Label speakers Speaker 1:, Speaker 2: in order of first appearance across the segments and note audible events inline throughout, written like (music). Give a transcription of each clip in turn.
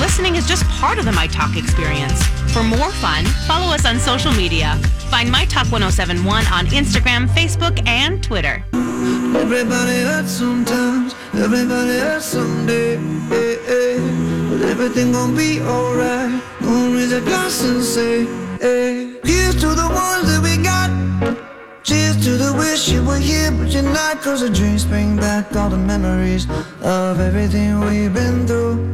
Speaker 1: Listening is just part of the My Talk experience. For more fun, follow us on social media. Find My Talk 1071 on Instagram, Facebook, and Twitter.
Speaker 2: Everybody hurts sometimes, everybody hurts someday. eh, eh. But everything gon' be alright. Gonna raise a glass and say, hey. Here's to the ones that we got. Cheers to the wish you were here, but you're not. Cause the dreams bring back all the memories of everything we've been through.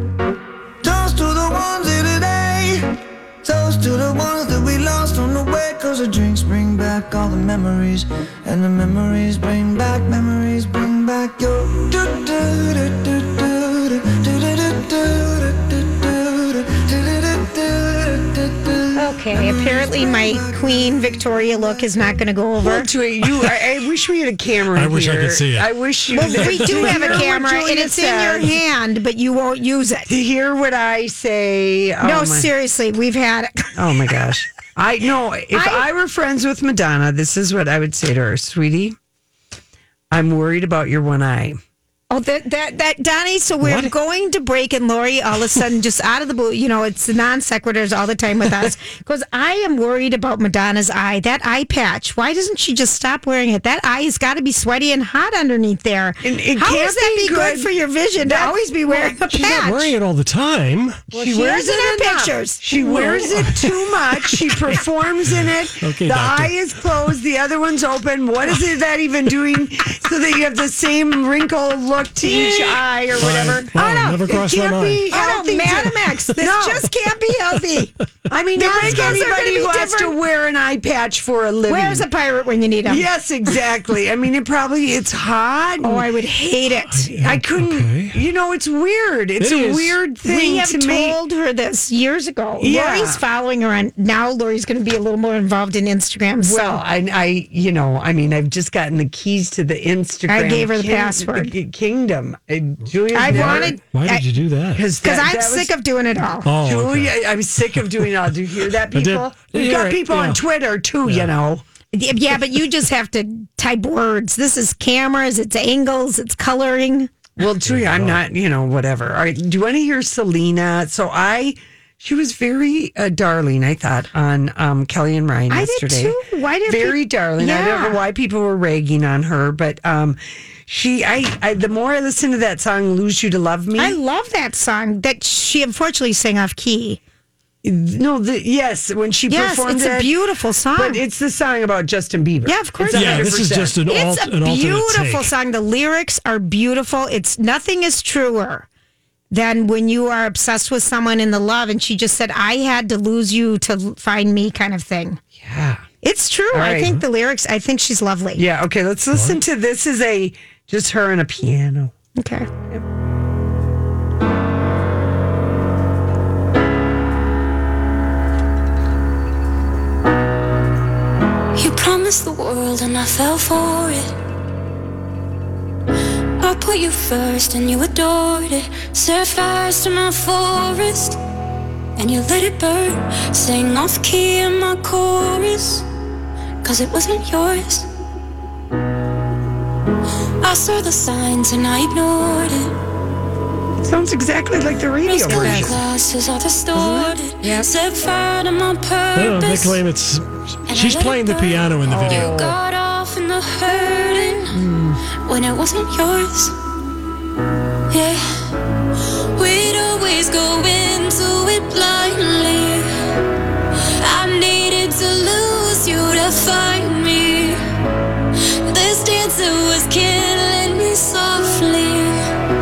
Speaker 2: Toast to the ones here today. Toast to the ones that we lost on the way. Cause the drinks bring back all the memories. And the memories bring back, memories bring back your.
Speaker 3: Okay, apparently my Queen Victoria look is not going to go over.
Speaker 4: Look to it. You, I, I wish we had a camera.
Speaker 5: (laughs) I
Speaker 4: in
Speaker 5: wish I
Speaker 4: here.
Speaker 5: could see it.
Speaker 4: I wish you.
Speaker 3: Well, we do
Speaker 4: to
Speaker 3: have a
Speaker 4: hear what
Speaker 3: camera, and
Speaker 4: Julia
Speaker 3: it's in your
Speaker 4: says,
Speaker 3: hand, but you won't use
Speaker 4: To
Speaker 3: it.
Speaker 4: hear what I say. Oh
Speaker 3: no,
Speaker 4: my,
Speaker 3: seriously, we've had
Speaker 4: Oh my gosh. I know. If I, were friends with Madonna, this is what I would say to her, sweetie. I'm worried about your one eye.
Speaker 3: Oh, that that that Donnie. So we're going to break, and Lori all of a sudden just out of the blue. You know, it's the non sequiturs all the time with
Speaker 4: (laughs)
Speaker 3: us because I am worried about Madonna's eye, that eye patch. Why doesn't she just stop wearing it? That eye has got to be sweaty and hot underneath there.
Speaker 4: It- it
Speaker 3: How
Speaker 4: can't
Speaker 3: does that be
Speaker 4: be
Speaker 3: good,
Speaker 4: good.
Speaker 3: for your vision to
Speaker 4: That's-
Speaker 3: always be wearing a
Speaker 5: She's not
Speaker 3: patch?
Speaker 5: wearing it all the time.
Speaker 3: she wears it in her
Speaker 4: enough.
Speaker 3: pictures.
Speaker 4: She wears it too
Speaker 3: (laughs)
Speaker 4: much. She performs in it.
Speaker 5: (laughs) Okay,
Speaker 4: the
Speaker 5: doctor.
Speaker 4: eye is closed, the other one's open. What is it that even doing so that you have the same wrinkled look
Speaker 3: (laughs)
Speaker 4: to each eye or whatever?
Speaker 5: Fine. Wow, never crossed
Speaker 4: it
Speaker 5: my
Speaker 4: can't
Speaker 5: mind.
Speaker 4: be
Speaker 3: Oh,
Speaker 4: healthy. to-
Speaker 3: Madam X, this
Speaker 4: No.
Speaker 3: just can't be
Speaker 4: (laughs)
Speaker 3: healthy.
Speaker 4: I mean,
Speaker 3: The
Speaker 4: there is
Speaker 3: wrinkles are
Speaker 4: anybody
Speaker 3: gonna
Speaker 4: who
Speaker 3: be
Speaker 4: has to
Speaker 3: different.
Speaker 4: wear an eye patch for a living.
Speaker 3: Where's a pirate when you need him?
Speaker 4: Yes, exactly. I mean, it probably it's hot.
Speaker 3: Oh, I would hate it.
Speaker 4: I couldn't.
Speaker 5: Okay.
Speaker 4: You know, it's weird. It's
Speaker 5: It
Speaker 4: a
Speaker 5: is.
Speaker 4: weird thing
Speaker 3: We have
Speaker 4: to me.
Speaker 3: told her this years ago.
Speaker 4: Yeah.
Speaker 3: Lori's following her on now. Lori's going to be a little more involved in Instagram. So
Speaker 4: Well, I, I, you know, I mean, I've just gotten the keys to the Instagram.
Speaker 3: I gave her the password.
Speaker 4: the kingdom. Uh, Julia,
Speaker 3: I wanted
Speaker 5: Why did you do that?
Speaker 3: because I'm sick of doing it all.
Speaker 5: Oh, okay.
Speaker 4: Julia, I'm sick of doing it all. Do you hear that,
Speaker 5: I did.
Speaker 4: people? We've
Speaker 5: You're
Speaker 4: got
Speaker 5: right,
Speaker 4: people
Speaker 5: yeah.
Speaker 4: on Twitter too. You know,
Speaker 3: Yeah, but you just have to type words. This is cameras. It's angles. It's coloring.
Speaker 4: Well, Julia, I'm not, you know, whatever. All right. Do you want to hear Selena? So I, she was very uh, darling, I thought, on um, Kelly and Ryan
Speaker 3: I did
Speaker 4: yesterday.
Speaker 3: too. Why did
Speaker 4: Very
Speaker 3: peop-
Speaker 4: darling. I don't know
Speaker 3: Yeah.
Speaker 4: why people were ragging on her, but um, she, I, I, the more I listen to that song, Lose You to Love Me.
Speaker 3: I love that song that she unfortunately sang off key.
Speaker 4: no, the, yes, when she
Speaker 3: Yes,
Speaker 4: performed
Speaker 3: it's a
Speaker 4: it,
Speaker 3: beautiful song.
Speaker 4: But it's the song about Justin Bieber.
Speaker 3: Yeah, of course
Speaker 4: It's
Speaker 3: it
Speaker 5: yeah, this is
Speaker 4: 100%.
Speaker 5: just an, alt,
Speaker 3: It's
Speaker 5: an
Speaker 3: a
Speaker 5: alternate
Speaker 3: beautiful
Speaker 5: take.
Speaker 3: song. The lyrics are beautiful. It's nothing is truer than when you are obsessed with someone in the love. And she just said, "I had to lose you to find me," kind of thing.
Speaker 4: Yeah.
Speaker 3: It's true.
Speaker 4: All
Speaker 3: I
Speaker 4: right.
Speaker 3: think the lyrics. I think she's lovely.
Speaker 4: Yeah. Okay. Let's listen to this. Is a just her and a piano.
Speaker 3: Okay.
Speaker 6: You promised the world and I fell for it. I put you first and you adored it. Set fires to my forest and you let it burn. Sang off key in my chorus, cause it wasn't yours. I saw the signs and I ignored it.
Speaker 4: It sounds exactly like the radio
Speaker 6: Race-colored
Speaker 4: version.
Speaker 6: glasses are distorted. Set fire to my
Speaker 5: I don't know, they
Speaker 6: purpose.
Speaker 5: claim it's.
Speaker 6: And
Speaker 5: She's
Speaker 6: I let
Speaker 5: playing
Speaker 6: it
Speaker 5: the
Speaker 6: burn. Oh.
Speaker 5: piano in the video.
Speaker 6: You got off in the hurting when it wasn't yours. Yeah, we'd always go
Speaker 3: wonderful.
Speaker 5: Oh,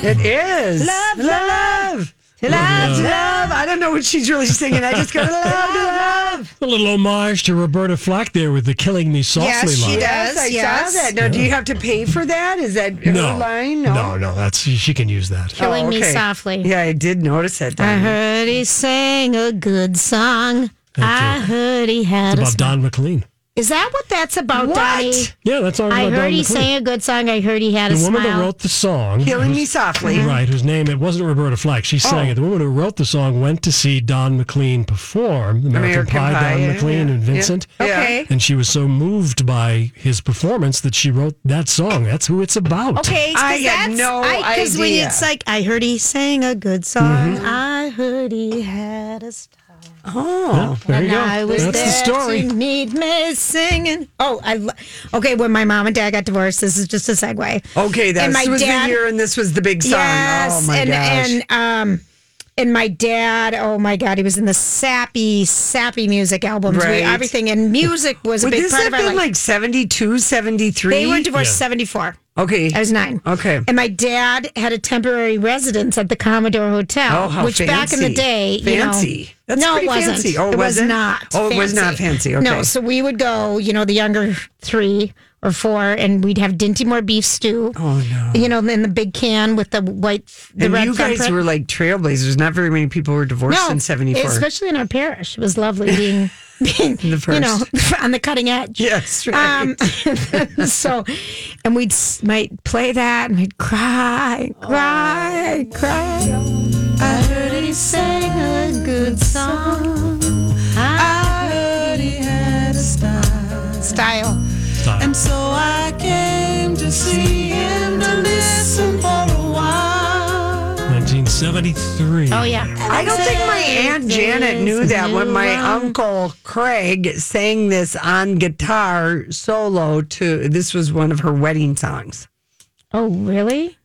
Speaker 4: It is.
Speaker 3: Love,
Speaker 4: love. Love, love. I don't know what she's really singing. I
Speaker 3: (laughs)
Speaker 4: just go, love, love.
Speaker 5: A little homage to Roberta Flack there with the killing me softly
Speaker 3: Yes, she
Speaker 5: line.
Speaker 3: does.
Speaker 4: I
Speaker 3: yes.
Speaker 4: saw that. Now, do you have to pay for that? Is that her
Speaker 5: No,
Speaker 4: line?
Speaker 5: no, no. That's she can use that.
Speaker 3: Killing me
Speaker 4: okay.
Speaker 3: softly. Uh-huh.
Speaker 4: Yeah, I did notice that.
Speaker 3: I
Speaker 4: Diane.
Speaker 3: heard he sang a good song. I heard he had
Speaker 5: It's
Speaker 3: a.
Speaker 5: about
Speaker 3: sm-
Speaker 5: Don McLean.
Speaker 3: Is that what that's about,
Speaker 4: What?
Speaker 3: Donnie?
Speaker 5: Yeah, that's all.
Speaker 3: I
Speaker 5: about
Speaker 3: heard
Speaker 5: Don
Speaker 3: he
Speaker 5: McLean.
Speaker 3: sang a good song. I heard he had
Speaker 5: the
Speaker 3: a
Speaker 5: woman
Speaker 3: smile.
Speaker 5: that wrote the song, Mm-hmm.
Speaker 4: Killing Me Softly.
Speaker 5: right? Whose name it wasn't Roberta Flack. She sang
Speaker 4: Oh.
Speaker 5: it. The woman who wrote the song went to see Don McLean perform the American, Pie. Don
Speaker 4: yeah,
Speaker 5: McLean
Speaker 4: yeah,
Speaker 5: and
Speaker 4: yeah.
Speaker 5: Vincent.
Speaker 4: Yeah.
Speaker 3: Okay.
Speaker 5: And she was so moved by his performance that she wrote that song. That's who it's about.
Speaker 3: Okay, 'cause
Speaker 4: I had
Speaker 3: that's-
Speaker 4: no
Speaker 3: I, when
Speaker 4: idea. Mm-hmm.
Speaker 3: it's like I heard he sang a good song. I heard he had a star.
Speaker 5: Yeah,
Speaker 4: Oh.
Speaker 5: there you
Speaker 3: and
Speaker 5: go.
Speaker 3: I was
Speaker 5: That's
Speaker 3: there
Speaker 5: the story.
Speaker 3: to meet me singing. Oh, I lo- okay. When my mom and dad got divorced, this is just a segue.
Speaker 4: Okay, that
Speaker 3: And my
Speaker 4: this was
Speaker 3: dad-
Speaker 4: the year, and this was the big song.
Speaker 3: Yes,
Speaker 4: oh my
Speaker 3: and
Speaker 4: gosh.
Speaker 3: and um, and my dad. Oh my god, he was in the sappy, sappy music albums. We-
Speaker 4: Right.
Speaker 3: everything and music was a
Speaker 4: Would
Speaker 3: big
Speaker 4: this
Speaker 3: part
Speaker 4: have
Speaker 3: of our life.
Speaker 4: been like 72, 73?
Speaker 3: they were divorced
Speaker 5: Yeah.
Speaker 3: seventy four.
Speaker 4: okay.
Speaker 3: I was nine.
Speaker 4: Okay.
Speaker 3: And my dad had a temporary residence at the Commodore Hotel,
Speaker 4: Oh, how
Speaker 3: which back in the
Speaker 4: fancy.
Speaker 3: day, You know,
Speaker 4: Fancy. That's
Speaker 3: no, it
Speaker 4: pretty
Speaker 3: wasn't.
Speaker 4: fancy. Oh,
Speaker 3: it was
Speaker 4: was it?
Speaker 3: not.
Speaker 4: Oh, it was not fancy.
Speaker 3: No,
Speaker 4: Okay.
Speaker 3: so we would go. You know, the younger three or four, and we'd have Dintymoor beef stew.
Speaker 4: Oh, no.
Speaker 3: You know, in the big can with the white, the
Speaker 4: and
Speaker 3: red.
Speaker 4: you guys
Speaker 3: thumbprint.
Speaker 4: were like trailblazers. Not very many people were divorced in 74.
Speaker 3: especially in our parish. It was lovely
Speaker 4: (laughs)
Speaker 3: being, being
Speaker 4: The
Speaker 3: you know, (laughs) on the cutting edge.
Speaker 4: (laughs) yes, right.
Speaker 3: Um, (laughs) so, and we'd s- might play that and we'd cry, cry, cry. I heard he sang a good song. I heard he had a style. Style.
Speaker 5: Time.
Speaker 2: So I came to see him to listen for a while.
Speaker 5: 1973.
Speaker 3: Oh yeah.
Speaker 4: I don't think my Aunt Janet knew that when my Uncle Craig sang this on guitar solo to this was one of her wedding songs.
Speaker 3: Oh really?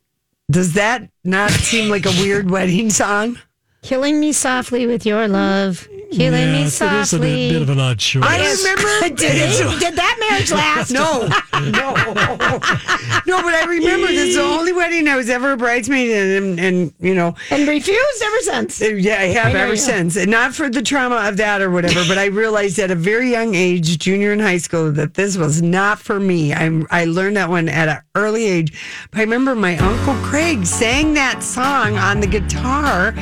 Speaker 4: Does that not seem like a (laughs) weird wedding song?
Speaker 3: Killing me softly with your love. Killing
Speaker 5: Yeah,
Speaker 3: me
Speaker 5: it's- it is a
Speaker 3: softly.
Speaker 5: bit, bit of an odd choice.
Speaker 4: (laughs) I remember.
Speaker 3: did, (laughs) it, did that marriage
Speaker 5: (laughs)
Speaker 3: last?
Speaker 4: No, no, (laughs) no. But I remember this is the only wedding I was ever a bridesmaid in, and, and you know,
Speaker 3: And refused ever since.
Speaker 4: Uh, Yeah, I have
Speaker 3: know,
Speaker 4: ever
Speaker 3: yeah.
Speaker 4: since. And not for the trauma of that or whatever, but I realized at a very young age, junior in high school, that this was not for me. I I learned that one at an early age. But I remember my uncle Craig sang that song on the guitar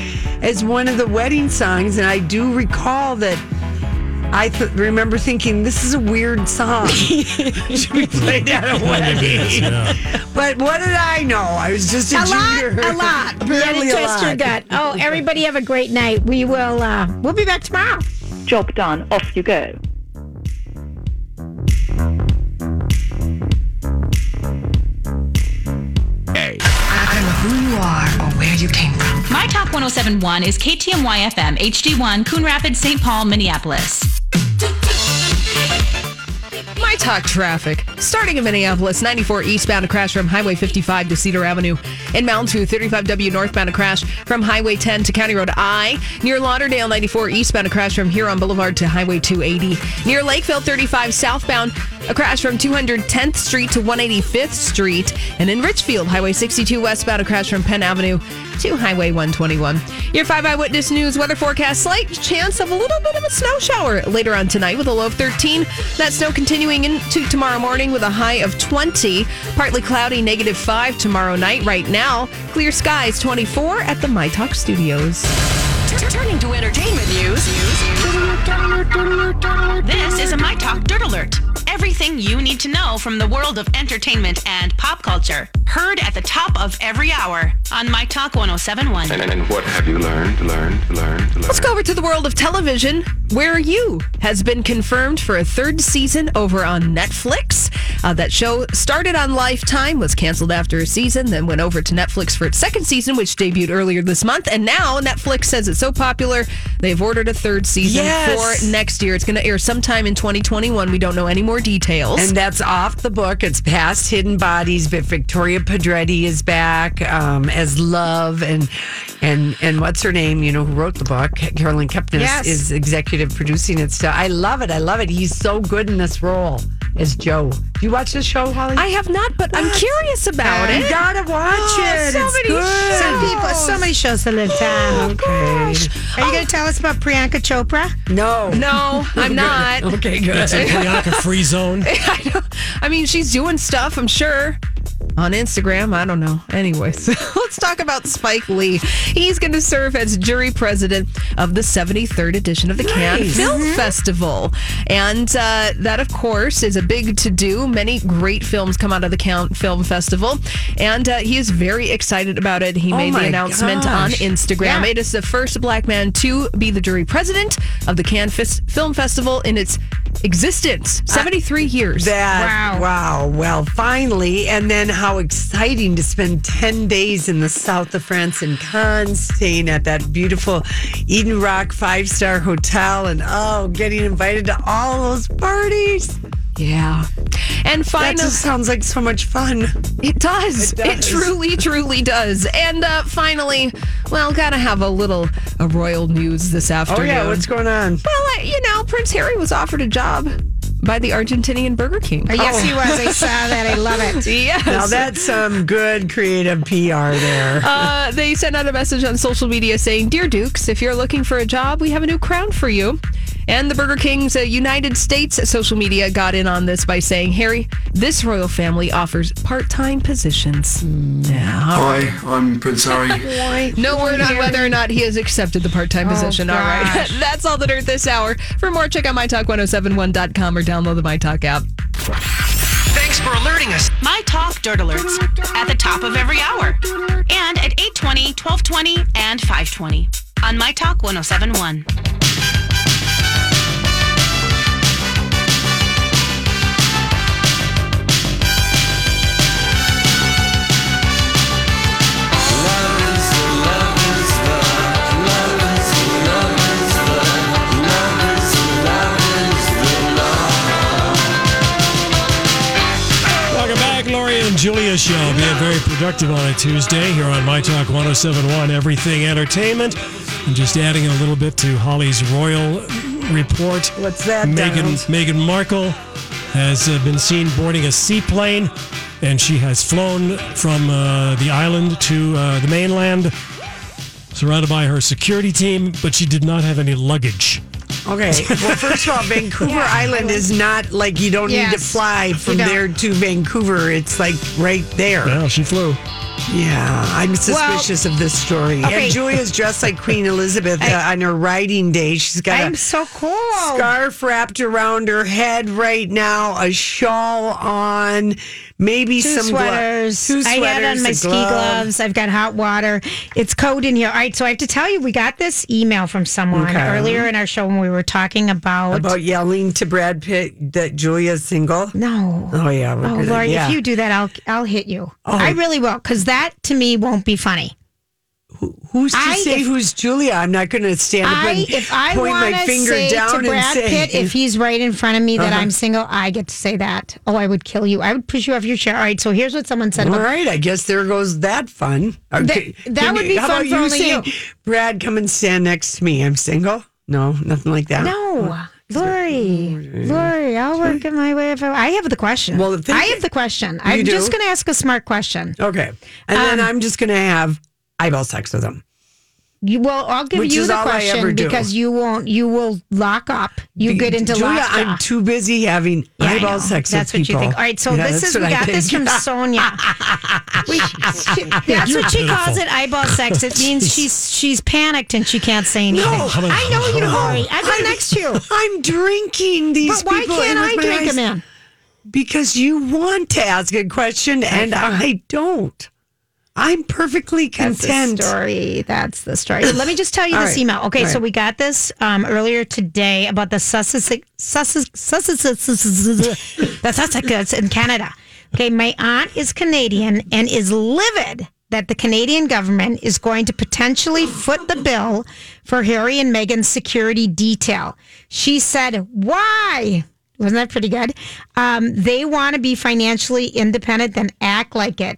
Speaker 4: as one of the wedding songs, and I do recall that. I th- remember thinking this is a
Speaker 3: (laughs)
Speaker 4: weird song. (laughs) Should we play that at a wedding?
Speaker 3: (laughs)
Speaker 4: But what did I know? I was just
Speaker 7: (laughs)
Speaker 4: a,
Speaker 3: A lot,
Speaker 4: junior.
Speaker 3: a lot. You
Speaker 4: (laughs)
Speaker 3: had
Speaker 4: Apparently
Speaker 3: to
Speaker 4: a
Speaker 3: twist your
Speaker 4: lot.
Speaker 3: gut. Oh, everybody have a great night. We will, uh, we'll be back tomorrow.
Speaker 8: Job done. Off you go.
Speaker 1: I don't know who you are or where you came from.
Speaker 9: My Talk 1071 is KTMY FM HD1 Coon Rapids, St. Paul, Minneapolis.
Speaker 7: My talk traffic. Starting in Minneapolis, 94 eastbound, a crash from Highway 55 to Cedar Avenue. In Mountain View, 35W northbound, a crash from Highway 10 to County Road I. Near Lauderdale, 94 eastbound, a crash from Huron Boulevard to Highway 280. Near Lakeville, 35 southbound, a crash from 210th Street to 185th Street. And in Richfield, Highway 62 westbound, a crash from Penn Avenue to Highway 121. Your 5 Eyewitness News weather forecast slight chance of a little bit of a snow shower later on tonight with a low of 13. That snow continuing into tomorrow morning with a high of 20. Partly cloudy, negative 5 tomorrow night. Right now, clear skies 24 at the MyTalk Studios.
Speaker 1: Turning to entertainment news. This is a My Talk Dirt Alert. Everything you need to know from the world of entertainment and pop culture. Heard at the top of every hour on My Talk 1071.
Speaker 2: And, and what have you learned, learned, learned, learned?
Speaker 7: Let's go over to the world of television, where you has been confirmed for a third season over on Netflix. Uh, that show started on Lifetime, was canceled after a season, then went over to Netflix for its second season, which debuted earlier this month. And now Netflix says it's so popular, they've ordered a third season
Speaker 4: Yes.
Speaker 7: for next year. It's going to air sometime in 2021. We don't know any more details.
Speaker 4: And that's off the book. It's past Hidden Bodies, but Victoria Pedretti is back um, as Love, and and and what's her name? You know who wrote the book? Carolyn Kepnes
Speaker 3: Yes.
Speaker 4: is executive producing it. So I love it. I love it. He's so good in this role. as Joe. Do you watch this show, Holly?
Speaker 7: I have not, but I'm curious about
Speaker 4: You
Speaker 7: it.
Speaker 4: gotta watch
Speaker 3: Oh,
Speaker 4: it.
Speaker 7: (gasps) so
Speaker 4: it's
Speaker 7: many
Speaker 4: good.
Speaker 3: Some people, so many shows to live down. Oh,
Speaker 4: Okay.
Speaker 3: Are you going to tell us about Priyanka Chopra?
Speaker 4: No.
Speaker 7: No,
Speaker 4: (laughs)
Speaker 7: I'm not.
Speaker 4: Okay, good.
Speaker 5: It's a Priyanka free zone.
Speaker 7: (laughs) I, don't- I mean, she's doing stuff, I'm sure. On Instagram, I don't know. Anyways, (laughs) let's talk about Spike Lee. He's going to serve as jury president of the 73rd edition of the Cannes Film
Speaker 4: Mm-hmm.
Speaker 7: Festival. And uh, that, of course, is a big to do. Many great films come out of the Cannes Film Festival. And uh, he is very excited about it. He
Speaker 4: Oh
Speaker 7: made the
Speaker 4: my
Speaker 7: announcement on
Speaker 4: gosh.
Speaker 7: Instagram. It is the first black man to be the jury president of the Cannes Fis- Film Festival in its existence 73 years.
Speaker 4: That wow. Well, finally, and then how exciting to spend ten days in the south of France in Cannes, staying at that beautiful Eden Rock five star hotel, and oh, getting invited to all those parties.
Speaker 7: Yeah. And
Speaker 4: That
Speaker 7: finally,
Speaker 4: just sounds like so much fun.
Speaker 7: it does. It,
Speaker 4: does.
Speaker 7: truly, truly does. And uh, finally, well, gotta have a little uh, royal news this
Speaker 4: Oh
Speaker 7: afternoon.
Speaker 4: yeah, what's going on?
Speaker 7: well, uh, you know, Prince Harry was offered a job by the Argentinian Burger King.
Speaker 3: Yes, he was. I saw that. I love it.
Speaker 7: Yes.
Speaker 4: Now that's some good creative PR there.
Speaker 7: Uh, (laughs) they sent out a message on social media saying, Dear Dukes, if you're looking for a job, we have a new crown for you. And the Burger King's uh, United States social media got in on this by saying, Harry, this royal family offers part time positions. Yeah.
Speaker 10: Hi, I'm Prince
Speaker 2: (laughs)
Speaker 10: Harry.
Speaker 7: No word on whether or not he has accepted the part time position. All right. (laughs) That's all that Earth this hour. For more, check out mytalk1071.com or download the MyTalk app.
Speaker 1: Thanks for alerting us. My Talk Dirt Alerts at the top of every hour and at 820, 1220, and 520 on My Talk 1071.
Speaker 5: Welcome back, Lori and Julia show. Being very productive on a Tuesday here on My Talk 1071 Everything Entertainment. And just adding a little bit to Holly's royal report.
Speaker 4: What's that,
Speaker 5: Meghan,
Speaker 4: Donald?
Speaker 5: Meghan Markle has uh, been seen boarding a seaplane, and she has flown from uh, the island to uh, the mainland, surrounded by her security team, but she did not have any luggage.
Speaker 4: Okay. Well, first (laughs) of all, Vancouver Island is not like you don't need to
Speaker 3: Yes.
Speaker 4: fly from
Speaker 3: don't.
Speaker 4: there to Vancouver. It's like right there.
Speaker 5: Well, she flew.
Speaker 4: Yeah, I'm suspicious of this story.
Speaker 3: Okay.
Speaker 4: And Julia's dressed like
Speaker 3: (laughs)
Speaker 4: Queen Elizabeth uh, on her riding day. She's
Speaker 3: (laughs)
Speaker 4: got
Speaker 3: I'm
Speaker 4: a
Speaker 3: so cool.
Speaker 4: scarf wrapped around her head right now, a shawl on, maybe
Speaker 3: Two
Speaker 4: some glo-
Speaker 3: sweaters.
Speaker 4: two
Speaker 3: I had on
Speaker 4: sweaters,
Speaker 3: my
Speaker 4: a
Speaker 3: ski
Speaker 4: glove.
Speaker 3: gloves. I've got hot water. It's cold in here. All right, so I have to tell you, we got this email from someone
Speaker 4: Okay.
Speaker 3: earlier in our show when we were talking about.
Speaker 4: About yelling to Brad Pitt that Julia's single.
Speaker 3: no.
Speaker 4: Oh yeah. we're
Speaker 3: Oh,
Speaker 4: gonna-
Speaker 3: Lori,
Speaker 4: yeah. Oh.
Speaker 3: if you do that, I'll I'll hit you. I really will, because that to me won't be funny.
Speaker 4: Who's to
Speaker 3: I-
Speaker 4: say
Speaker 3: if-
Speaker 4: who's Julia? I'm not going to stand up
Speaker 3: I
Speaker 4: and
Speaker 3: if I
Speaker 4: point
Speaker 3: want
Speaker 4: my
Speaker 3: to
Speaker 4: finger
Speaker 3: say
Speaker 4: down
Speaker 3: to Brad
Speaker 4: and say,
Speaker 3: Pitt, if he's right in front of me that
Speaker 4: Uh-huh.
Speaker 3: I'm single, I get to say that. Oh, I would kill you. I would push you off your chair. All right, so here's what someone said
Speaker 4: "All
Speaker 3: about
Speaker 4: right, I guess there goes that fun."
Speaker 3: that would be
Speaker 4: how
Speaker 3: fun
Speaker 4: about
Speaker 3: for
Speaker 4: you
Speaker 3: only
Speaker 4: saying,
Speaker 3: you.
Speaker 4: Brad, come and stand next to me. I'm single. No, nothing like that.
Speaker 3: No. Lori, Lori, I'll work in my way. If I, I have the question.
Speaker 4: Well, think-
Speaker 3: I have the question. I'm
Speaker 4: do?
Speaker 3: just going to ask a smart question.
Speaker 4: Okay, and then
Speaker 3: Um,
Speaker 4: I'm just going to have eyeball sex with him.
Speaker 3: You, well, I'll give
Speaker 4: Which
Speaker 3: you
Speaker 4: is
Speaker 3: the
Speaker 4: all I ever
Speaker 3: question
Speaker 4: do.
Speaker 3: because you won't. You will lock up. You get into
Speaker 4: Julia,
Speaker 3: lock
Speaker 4: I'm too busy having
Speaker 3: Yeah, I know.
Speaker 4: eyeball sex
Speaker 3: That's
Speaker 4: with
Speaker 3: what you
Speaker 4: people.
Speaker 3: think. All right, so
Speaker 4: Yeah,
Speaker 3: this
Speaker 4: that's
Speaker 3: is we
Speaker 4: what I
Speaker 3: got this
Speaker 4: think.
Speaker 3: from
Speaker 4: (laughs)
Speaker 3: Sonia. We- she- that's
Speaker 5: You're
Speaker 3: what she calls
Speaker 5: pitiful.
Speaker 3: it, eyeball sex. It means she's she's panicked and she can't say anything.
Speaker 5: how about-
Speaker 3: I know you,
Speaker 5: how about-
Speaker 3: Lori. I've been next to you.
Speaker 4: Oh, I'm drinking these
Speaker 3: But why
Speaker 4: people in
Speaker 3: can't
Speaker 4: with
Speaker 3: I
Speaker 4: my
Speaker 3: drink
Speaker 4: eyes
Speaker 3: them in?
Speaker 4: Because you want to ask a question and I don't. I'm perfectly content.
Speaker 3: That's the story. That's the story. Let me just tell you this email. Okay, so we got this um, earlier today about the Sussex, Sussex, Sussex, the Sussex in Canada. Okay, my aunt is Canadian and is livid that the Canadian government is going to potentially foot the bill for Harry and Meghan's security detail. She said, "Why?" Wasn't that pretty good? Um, they want to be financially independent, then act like it.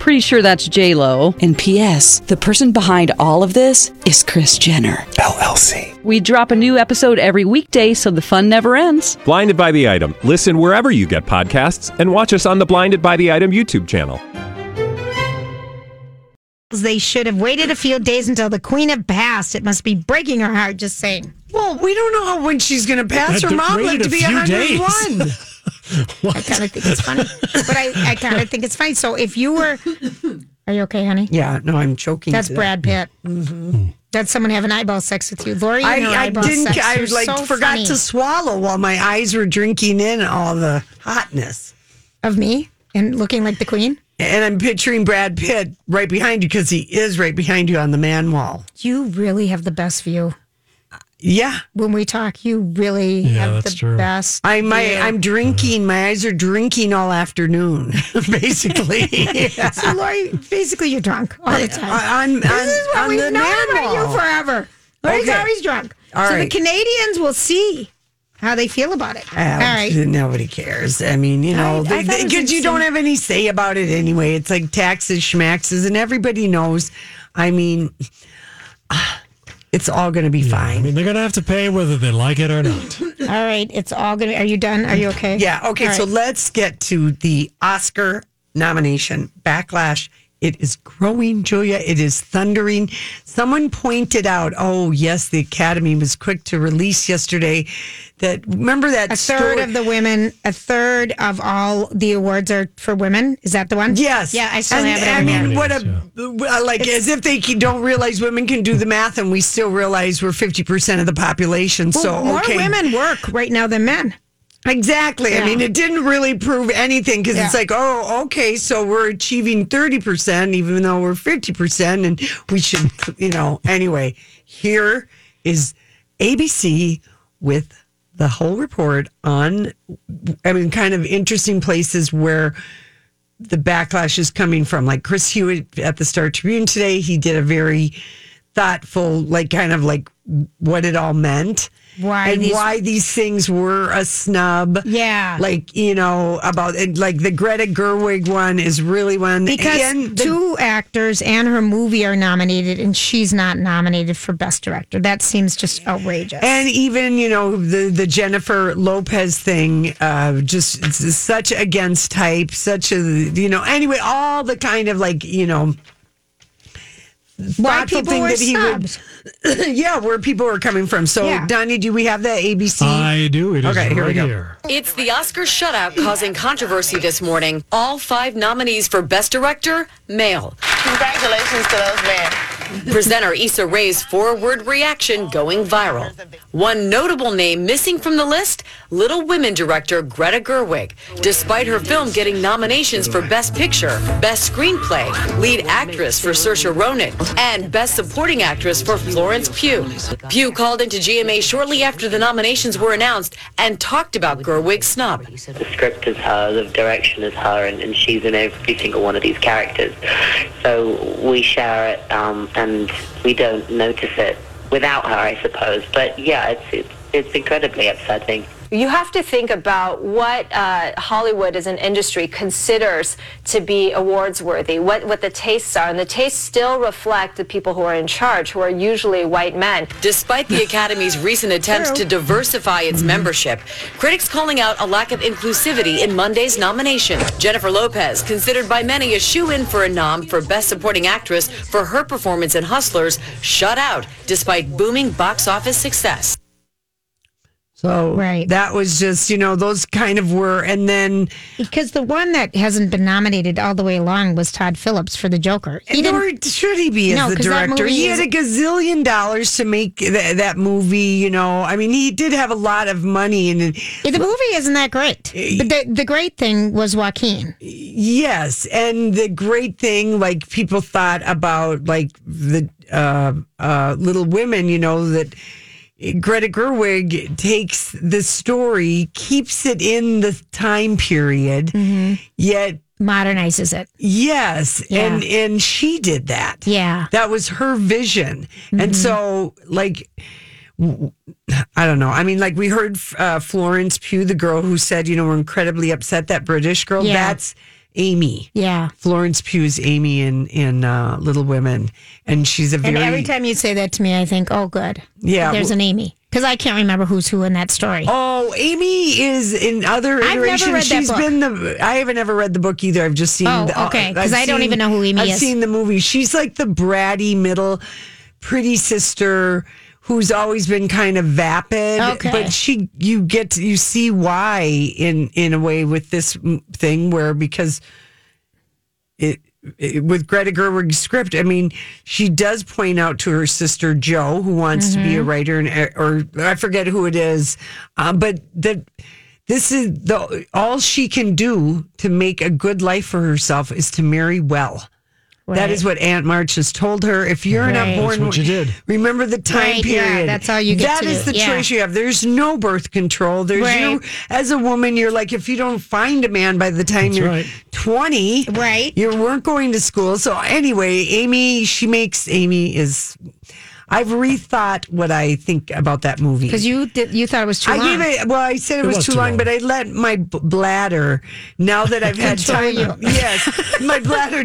Speaker 11: Pretty sure that's J Lo. And P.S. The person behind all of this is Chris Jenner
Speaker 12: LLC.
Speaker 11: We drop a new episode every weekday, so the fun never ends.
Speaker 12: Blinded by the Item. Listen wherever you get podcasts and watch us on the Blinded by the Item YouTube channel.
Speaker 3: They should have waited a few days until the queen had passed. It must be breaking her heart just saying.
Speaker 4: Well, we don't know how- when she's going to pass.
Speaker 3: That
Speaker 4: Her
Speaker 3: they're
Speaker 4: mom lived
Speaker 3: rated
Speaker 4: to
Speaker 3: a
Speaker 4: be
Speaker 3: few
Speaker 4: 101.
Speaker 3: I kind of think it's funny, but I, I kind of think it's funny. So if you were, are you okay, honey?
Speaker 4: (laughs) yeah, no, I'm choking.
Speaker 3: That's
Speaker 4: to
Speaker 3: Brad
Speaker 4: That. Mm-hmm.
Speaker 3: Pitt. That's someone having eyeball sex with you, Lori. and her
Speaker 4: I, I
Speaker 3: eyeball
Speaker 4: didn't.
Speaker 3: Sex.
Speaker 4: I
Speaker 3: You're
Speaker 4: like
Speaker 3: so
Speaker 4: forgot
Speaker 3: funny.
Speaker 4: to swallow while my eyes were drinking in all the hotness
Speaker 3: of me and looking like the queen.
Speaker 4: And I'm picturing Brad Pitt right behind you because he is right behind you on the man wall.
Speaker 3: You really have the best view.
Speaker 4: Yeah.
Speaker 3: When we talk, you really have the best.
Speaker 4: I my
Speaker 3: view.
Speaker 4: I'm drinking. My eyes are drinking all afternoon, (laughs)
Speaker 3: (laughs)
Speaker 4: basically.
Speaker 3: So
Speaker 4: (laughs)
Speaker 3: Lori, basically you're drunk all the time.
Speaker 4: On- on-
Speaker 3: this is what
Speaker 4: on
Speaker 3: we've
Speaker 4: the
Speaker 3: known
Speaker 4: man
Speaker 3: about
Speaker 4: wall.
Speaker 3: you forever. Lori's
Speaker 4: Okay.
Speaker 3: always drunk.
Speaker 4: All
Speaker 3: so
Speaker 4: right.
Speaker 3: the Canadians will see how they feel about it.
Speaker 4: Ah,
Speaker 3: all
Speaker 4: (laughs)
Speaker 3: right.
Speaker 4: Nobody cares. I mean, you know,
Speaker 3: I- I thought it was
Speaker 4: because you don't
Speaker 3: interesting.
Speaker 4: have any say about it anyway. It's like taxes, schmaxes, and everybody knows. I mean, (sighs) it's all going to be fine.
Speaker 5: I mean, they're going to have to pay whether they like it
Speaker 11: (laughs)
Speaker 5: or not.
Speaker 3: All right. It's all gonna are you done? Are you okay?
Speaker 4: Yeah. Okay.
Speaker 3: All
Speaker 4: So
Speaker 3: right.
Speaker 4: let's get to the Oscar nomination backlash. It is growing, Julia. It is thundering. Someone pointed out, oh, yes, the Academy was quick to release yesterday that, remember that
Speaker 3: a third
Speaker 4: story-
Speaker 3: of the women, a third of all the awards are for women. Is that the one?
Speaker 4: Yes.
Speaker 3: Yeah, I still
Speaker 4: And-
Speaker 3: have it.
Speaker 4: I
Speaker 3: over
Speaker 4: mean,
Speaker 3: here.
Speaker 4: what a uh, like as if they can- don't realize women can do the math, and we still realize we're fifty percent of the population.
Speaker 3: Well,
Speaker 4: so
Speaker 3: more
Speaker 4: okay,
Speaker 3: women work right now than men.
Speaker 4: Exactly. I
Speaker 3: Yeah.
Speaker 4: mean, it didn't really prove anything because it's
Speaker 3: Yeah.
Speaker 4: like, oh, okay, so we're achieving 30%, even though we're 50%, and we should, you know, anyway, here is ABC with the whole report on, I mean, kind of interesting places where the backlash is coming from. Like Chris Hewitt at the Star Tribune today, he did a very thoughtful, like, kind of like what it all meant
Speaker 3: Why
Speaker 4: and
Speaker 3: these-
Speaker 4: why these things were a snub.
Speaker 3: Yeah.
Speaker 4: Like, you know, about and, like the Greta Gerwig one is really one.
Speaker 3: Because
Speaker 4: and the-
Speaker 3: two actors and her movie are nominated, and she's not nominated for Best Director. That seems just outrageous.
Speaker 4: and even you know the the Jennifer Lopez thing, uh, just it's such against type, such a you know. Anyway, all the kind of like you know (clears throat)
Speaker 3: Why
Speaker 4: thoughtful
Speaker 3: people
Speaker 4: thing
Speaker 3: were
Speaker 4: that he would-
Speaker 3: snubs?
Speaker 4: yeah, where people are coming from. So,
Speaker 3: Yeah.
Speaker 4: Donnie, do we have that
Speaker 11: Mm-hmm.
Speaker 4: ABC?
Speaker 5: I do. It is
Speaker 4: Okay, here we
Speaker 5: right
Speaker 4: go.
Speaker 5: here.
Speaker 13: It's the Oscar shutout causing controversy this morning. All five nominees for Best Director, male.
Speaker 14: Congratulations to those men.
Speaker 13: Presenter Issa Rae's four-word reaction going viral. One notable name missing from the list, Little Women director Greta Gerwig. Despite her film getting nominations for Best Picture, Best Screenplay, Lead Actress for Saoirse Ronan, and Best Supporting Actress for Florence Pugh. Pugh called into GMA shortly after the nominations were announced and talked about Gerwig's snub.
Speaker 14: The script is her, the direction is her, and, and she's in every single one of these characters. So we share it, um, and we don't notice it without her, I suppose. But yeah, it's it's, it's incredibly upsetting.
Speaker 15: You have to think about what uh, Hollywood as an industry considers to be awards worthy, what, what the tastes are. And the tastes still reflect the people who are in charge, who are usually white men.
Speaker 13: Despite the
Speaker 5: (laughs)
Speaker 13: Academy's recent attempts to diversify its membership, critics calling out a lack of inclusivity in Monday's nomination. Jennifer Lopez, considered by many a shoe-in for a nom for Best Supporting Actress for her performance in Hustlers, shut out despite booming box office success.
Speaker 4: So right. that was just, you know, those kind of were. And then
Speaker 3: because the one that hasn't been nominated all the way along was Todd Phillips for The Joker. He
Speaker 4: nor
Speaker 3: didn't.
Speaker 4: should he be as
Speaker 3: No,
Speaker 4: the
Speaker 3: 'cause that
Speaker 4: director.
Speaker 3: movie
Speaker 4: He
Speaker 3: is-
Speaker 4: had a gazillion dollars to make th- that movie, you know. I mean, he did have a lot of money. And it-
Speaker 3: The movie isn't that great.
Speaker 4: Eh.
Speaker 3: But the, the great thing was Joaquin.
Speaker 4: yes. And the great thing, like, people thought about, like, the uh, uh, Little Women, you know, that. Greta Gerwig
Speaker 3: Mm-hmm.
Speaker 4: takes the story, keeps it in the time period, yet
Speaker 3: modernizes it.
Speaker 4: Yes,
Speaker 3: Yeah.
Speaker 4: and and she did that.
Speaker 3: Yeah. Mm-hmm.
Speaker 4: That was her vision. And so like w- I don't know. I mean, like we heard uh, Florence Pugh, the girl who said, you know, we're incredibly upset that British girl.
Speaker 3: Yeah.
Speaker 4: That's Amy.
Speaker 3: Yeah.
Speaker 4: Florence Pugh's Amy in in uh, Little Women, and she's a very
Speaker 3: And every time you say that to me, I think, oh, good.
Speaker 4: Yeah,
Speaker 3: There's
Speaker 4: well-
Speaker 3: an Amy. Because I can't remember who's who in that story.
Speaker 4: Oh, Amy is in other
Speaker 3: I've never
Speaker 4: iterations.
Speaker 3: read that
Speaker 4: She's
Speaker 3: book.
Speaker 4: been the. I haven't ever read the book either. I've just seen.
Speaker 3: Oh,
Speaker 4: the, uh,
Speaker 3: okay,
Speaker 4: I've
Speaker 3: 'cause I don't
Speaker 4: seen-
Speaker 3: even know who Amy
Speaker 4: I've
Speaker 3: is.
Speaker 4: seen the movie. She's like the bratty middle, pretty sister who's always been kind of vapid.
Speaker 3: Okay.
Speaker 4: but she, you get, to, you see why in in a way with this m- thing where because it, it with Greta Gerwig's script. I mean, she does point out to her sister Joe, who wants to be a writer, and eh, or I forget who it is, um, but that this is the all she can do to make a good life for herself is to marry well. That
Speaker 3: Right.
Speaker 4: is what Aunt March has told her. If you're
Speaker 3: Right.
Speaker 4: not born,
Speaker 3: That's what you did.
Speaker 4: remember the time
Speaker 3: Right, yeah,
Speaker 4: period.
Speaker 3: that's all you get
Speaker 4: That
Speaker 3: to
Speaker 4: is
Speaker 3: do.
Speaker 4: the
Speaker 3: Yeah.
Speaker 4: choice you have. There's no birth control. There's
Speaker 3: Right.
Speaker 4: no, as a woman, you're like, if you don't find a man by the time
Speaker 5: That's
Speaker 4: you're
Speaker 5: right.
Speaker 4: 20,
Speaker 3: right?
Speaker 4: You weren't going to school. So anyway, Amy, she makes Amy is. I've rethought what I think about that movie
Speaker 3: Because you did, you thought it was too
Speaker 4: I
Speaker 3: long.
Speaker 4: gave it. Well, I said it, was, too long, but I let my b- bladder. Now that I've had
Speaker 3: Control
Speaker 4: time,
Speaker 3: you.
Speaker 4: yes, my bladder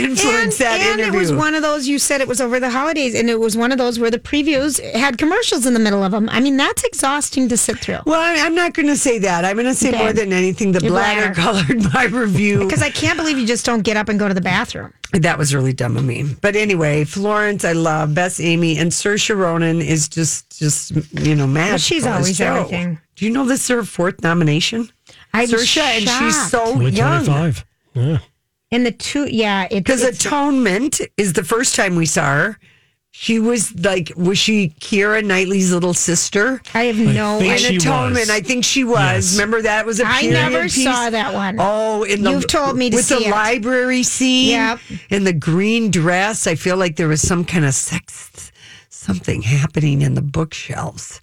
Speaker 3: (laughs) and,
Speaker 4: influenced that
Speaker 3: and it
Speaker 4: interview.
Speaker 3: was one of those you said it was over the holidays, and it was one of those where the previews had commercials in the middle of them. I mean, that's exhausting to sit through.
Speaker 4: well, I- I'm not going to say that. I'm going to say
Speaker 3: Okay.
Speaker 4: more than anything. The
Speaker 3: Your
Speaker 4: bladder,
Speaker 3: bladder.
Speaker 4: colored my review
Speaker 3: Because I can't believe you just don't get up and go to the bathroom.
Speaker 4: That was really dumb of me. But anyway, Florence, I love Bess, Amy, and Saoirse Ronan is just, just you know, magical.
Speaker 3: she's
Speaker 4: as
Speaker 3: always
Speaker 4: Joe.
Speaker 3: everything.
Speaker 4: Do you know this is her fourth nomination?
Speaker 3: I'm
Speaker 4: Saoirse, and she's
Speaker 3: shocked.
Speaker 4: so
Speaker 5: Only
Speaker 4: young.
Speaker 5: 25. Yeah.
Speaker 3: And the two, yeah, it,
Speaker 4: Because
Speaker 3: it's
Speaker 4: Atonement is the first time we saw her. She was like, was she Kira Knightley's little sister?
Speaker 3: I have
Speaker 5: I
Speaker 3: no
Speaker 5: think
Speaker 3: idea.
Speaker 5: she
Speaker 4: In Atonement,
Speaker 5: was.
Speaker 4: I think she was.
Speaker 5: Yes.
Speaker 4: Remember that was a
Speaker 3: I
Speaker 4: period
Speaker 3: never
Speaker 4: piece?
Speaker 3: saw that one.
Speaker 4: Oh, in the
Speaker 3: You've told me to
Speaker 4: with
Speaker 3: see
Speaker 4: the
Speaker 3: it.
Speaker 4: library scene.
Speaker 3: Yep.
Speaker 4: In the green dress, I feel like there was some kind of sex, something happening in the bookshelves,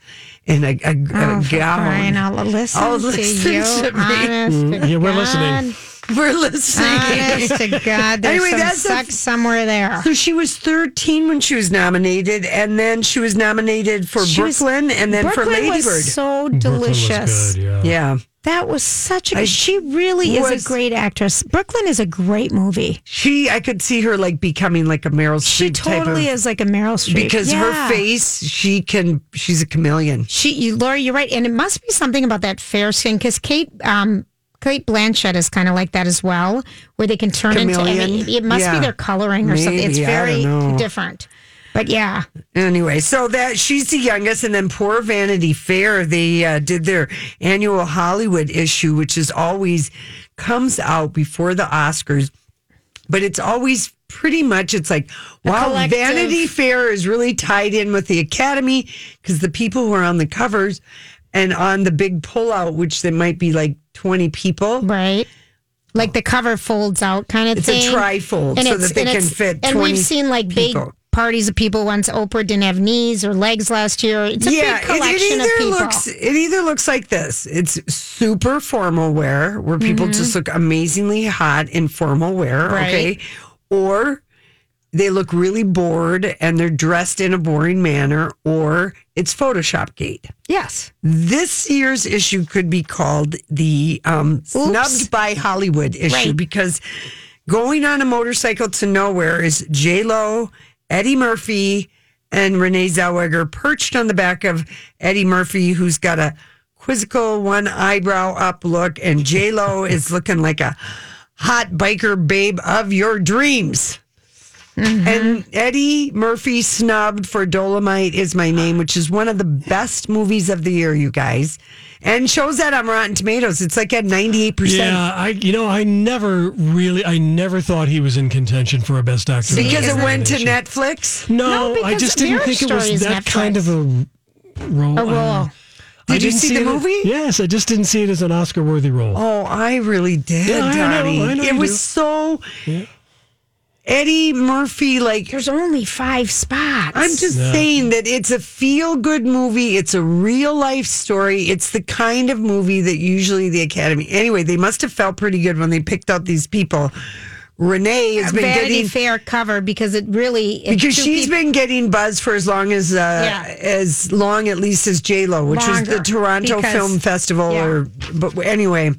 Speaker 4: and a, a,
Speaker 3: Oh,
Speaker 4: a
Speaker 3: for
Speaker 4: gown.
Speaker 3: crying out loud. Listen
Speaker 4: Oh,
Speaker 3: to
Speaker 4: listen
Speaker 3: you.
Speaker 4: to me. Mm,
Speaker 3: Honest to
Speaker 5: Yeah, we're
Speaker 3: God.
Speaker 5: listening.
Speaker 4: (laughs) We're listening.
Speaker 3: Honest to God, there's
Speaker 4: Anyway,
Speaker 3: some
Speaker 4: that's the-
Speaker 3: sex somewhere there.
Speaker 4: So she was 13 when she was nominated, and then she was nominated for
Speaker 3: She was-
Speaker 4: Brooklyn, and then for
Speaker 3: Brooklyn
Speaker 4: Ladybird.
Speaker 3: was so
Speaker 5: Brooklyn was
Speaker 3: delicious.
Speaker 5: good, yeah.
Speaker 4: yeah,
Speaker 3: That was such a.
Speaker 4: I
Speaker 3: she really
Speaker 4: was-
Speaker 3: is a great actress. Brooklyn is a great movie.
Speaker 4: she. I could see her like becoming like a Meryl
Speaker 3: She
Speaker 4: Streep
Speaker 3: totally
Speaker 4: type of,
Speaker 3: is like a Meryl Streep
Speaker 4: because
Speaker 3: Yeah.
Speaker 4: her face. She can. She's a chameleon.
Speaker 3: She, you, Laura, you're right, and it must be something about that fair skin because Kate, um, Kate Blanchett is kind of like that as well, where they can turn into. I mean,
Speaker 4: Chameleon?
Speaker 3: it must
Speaker 4: Yeah.
Speaker 3: be their coloring or something. It's
Speaker 4: Maybe, I
Speaker 3: very
Speaker 4: don't know.
Speaker 3: different. But yeah,
Speaker 4: Anyway, so that she's the youngest, and then poor Vanity Fair. They uh, did their annual Hollywood issue, which is always comes out before the Oscars, but it's always pretty much it's like wow,
Speaker 3: collective-
Speaker 4: Vanity Fair is really tied in with the Academy because the people who are on the covers and on the big pullout, which there might be like twenty people.
Speaker 3: right. Like the cover folds out kind of
Speaker 4: It's a
Speaker 3: thing.
Speaker 4: trifold so
Speaker 3: it's-
Speaker 4: that they
Speaker 3: and
Speaker 4: can
Speaker 3: it's-
Speaker 4: fit
Speaker 3: And
Speaker 4: 20
Speaker 3: we've seen like big
Speaker 4: people.
Speaker 3: parties of people once Oprah didn't have knees or legs last year. It's a big collection of people.
Speaker 4: looks it either looks like this. It's super formal wear where people just look amazingly hot in formal wear,
Speaker 3: Mm-hmm. Right.
Speaker 4: okay? Or they look really bored and they're dressed in a boring manner or it's Photoshop gate.
Speaker 3: yes.
Speaker 4: This year's issue could be called the um, snubbed by Hollywood issue
Speaker 3: Right.
Speaker 4: because going on a motorcycle to nowhere is J Lo, Eddie Murphy, and Renee Zellweger perched on the back of Eddie Murphy, who's got a quizzical one eyebrow up look, and J Lo is looking like a hot biker babe of your dreams. And Eddie Murphy snubbed for Dolomite is My Name, which is one of the best movies of the year, you guys. And shows that on Rotten Tomatoes. It's like at 98%.
Speaker 5: Yeah, I you know I never really I never thought he was in contention for a best actor
Speaker 4: Because it went to
Speaker 5: nomination.
Speaker 4: Netflix.
Speaker 5: No,
Speaker 3: No,
Speaker 5: I
Speaker 3: because
Speaker 5: just didn't
Speaker 3: Marriage
Speaker 5: think it
Speaker 3: Story
Speaker 5: was
Speaker 3: is
Speaker 5: that
Speaker 3: Netflix.
Speaker 5: kind of a role.
Speaker 3: A
Speaker 5: I-
Speaker 3: role.
Speaker 5: I
Speaker 4: Did you
Speaker 5: didn't
Speaker 4: see the
Speaker 5: it-
Speaker 4: movie?
Speaker 5: yes, I just didn't see it as an Oscar-worthy role.
Speaker 4: Oh, I really did,
Speaker 5: Yeah, I know,
Speaker 4: Donnie.
Speaker 5: I know
Speaker 4: it
Speaker 5: you
Speaker 4: was
Speaker 5: do.
Speaker 4: so. Eddie Murphy, like
Speaker 3: there's only five spots.
Speaker 4: I'm just
Speaker 3: No.
Speaker 4: saying that it's a feel good movie. It's a real life story. It's the kind of movie that usually the Academy. Anyway, they must have felt pretty good when they picked out these people. Renee has been
Speaker 3: Vanity
Speaker 4: getting
Speaker 3: Fair cover because it really it's
Speaker 4: because
Speaker 3: two
Speaker 4: she's
Speaker 3: people-
Speaker 4: been getting buzz for as long as uh,
Speaker 3: Yeah.
Speaker 4: as long at least as J Lo, which was
Speaker 3: Longer,
Speaker 4: the Toronto
Speaker 3: because-
Speaker 4: Film Festival,
Speaker 3: yeah.
Speaker 4: or but anyway,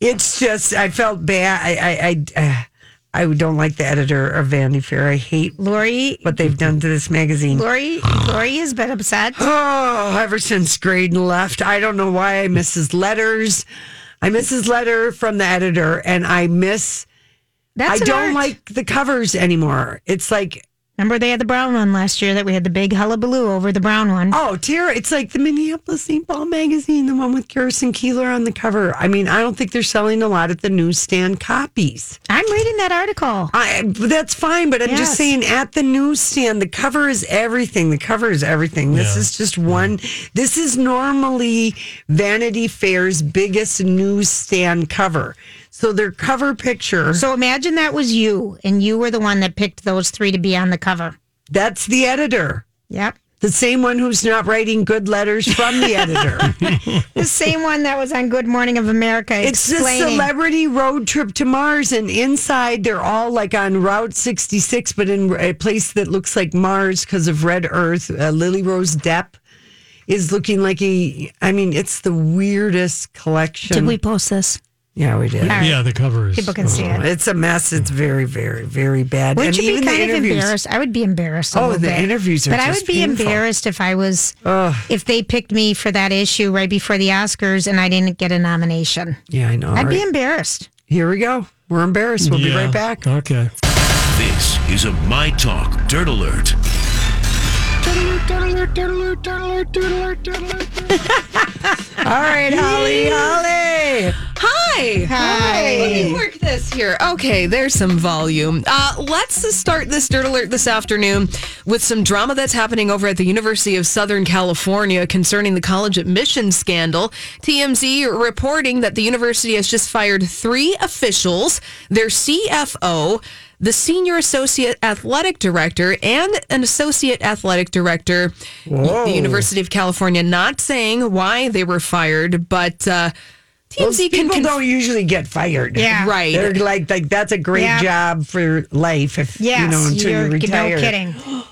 Speaker 4: it's just I felt bad. I I. I uh, I don't like the editor of Vanity Fair. I hate
Speaker 3: Lori
Speaker 4: what they've done to this magazine.
Speaker 3: Lori Lori has been upset.
Speaker 4: Oh, ever since Graydon left, I don't know why I miss his letters. I miss his letter from the editor, and I miss.
Speaker 3: That's
Speaker 4: I
Speaker 3: an
Speaker 4: don't
Speaker 3: art.
Speaker 4: like the covers anymore. It's like
Speaker 3: Remember they had the brown one last year that we had the big hullabaloo over the brown one.
Speaker 4: Oh, dear. It's like the Minneapolis St. Paul magazine, the one with Garrison Keeler on the cover. I mean, I don't think they're selling a lot at the newsstand copies.
Speaker 3: I'm reading that article.
Speaker 4: I, that's fine, but I'm
Speaker 3: Yes.
Speaker 4: just saying at the newsstand, the cover is everything. The cover is everything. This
Speaker 3: Yeah.
Speaker 4: is just one. This is normally Vanity Fair's biggest newsstand cover. So their cover picture.
Speaker 3: So imagine that was you and you were the one that picked those three to be on the cover.
Speaker 4: That's the editor.
Speaker 3: Yep.
Speaker 4: The same one who's not writing good letters from
Speaker 3: (laughs)
Speaker 4: the editor. (laughs)
Speaker 3: The same one that was on Good Morning of America.
Speaker 4: It's the
Speaker 3: explaining-
Speaker 4: celebrity road trip to Mars, and inside they're all like on Route 66, but in a place that looks like Mars because of red Earth. Uh, Lily Rose Depp is looking like a. I mean, it's the weirdest collection.
Speaker 3: Did we post this?
Speaker 4: Yeah, we did.
Speaker 3: All right. Yeah, the
Speaker 5: cover
Speaker 3: is- People can see it.
Speaker 4: It's a mess. It's very, very, very bad.
Speaker 3: Wouldn't
Speaker 4: Oh, And
Speaker 3: you
Speaker 4: even
Speaker 3: be
Speaker 4: the
Speaker 3: kind of
Speaker 4: interviews-
Speaker 3: embarrassed? I would be embarrassed. a
Speaker 4: Oh,
Speaker 3: little
Speaker 4: the
Speaker 3: bit.
Speaker 4: interviews are
Speaker 3: But I
Speaker 4: just
Speaker 3: would be
Speaker 4: painful.
Speaker 3: embarrassed if I was if they picked me for that issue right before the Oscars and I didn't get a nomination.
Speaker 4: Yeah, I know.
Speaker 3: I'd be
Speaker 4: right?
Speaker 3: embarrassed.
Speaker 4: Here we go. We're embarrassed. We'll be
Speaker 16: Yeah.
Speaker 4: right back.
Speaker 5: Okay.
Speaker 16: This is a My Talk Dirt Alert.
Speaker 4: All right, Holly, Holly.
Speaker 7: Hi.
Speaker 3: Hi.
Speaker 7: Let me work this here. Okay, there's some volume. Uh, let's just start this dirt alert this afternoon with some drama that's happening over at the University of Southern California concerning the college admissions scandal. TMZ reporting that the university has just fired three officials, their CFO, the senior associate athletic director, and an associate athletic director.
Speaker 4: Whoa.
Speaker 7: The University of California not saying why they were fired, but. Uh, TMZ
Speaker 4: Those
Speaker 7: can
Speaker 4: people
Speaker 7: confirm.
Speaker 4: don't usually get fired.
Speaker 7: Yeah. Right.
Speaker 4: They're like, like that's a great
Speaker 7: Yeah.
Speaker 4: job for life if you know until you retire.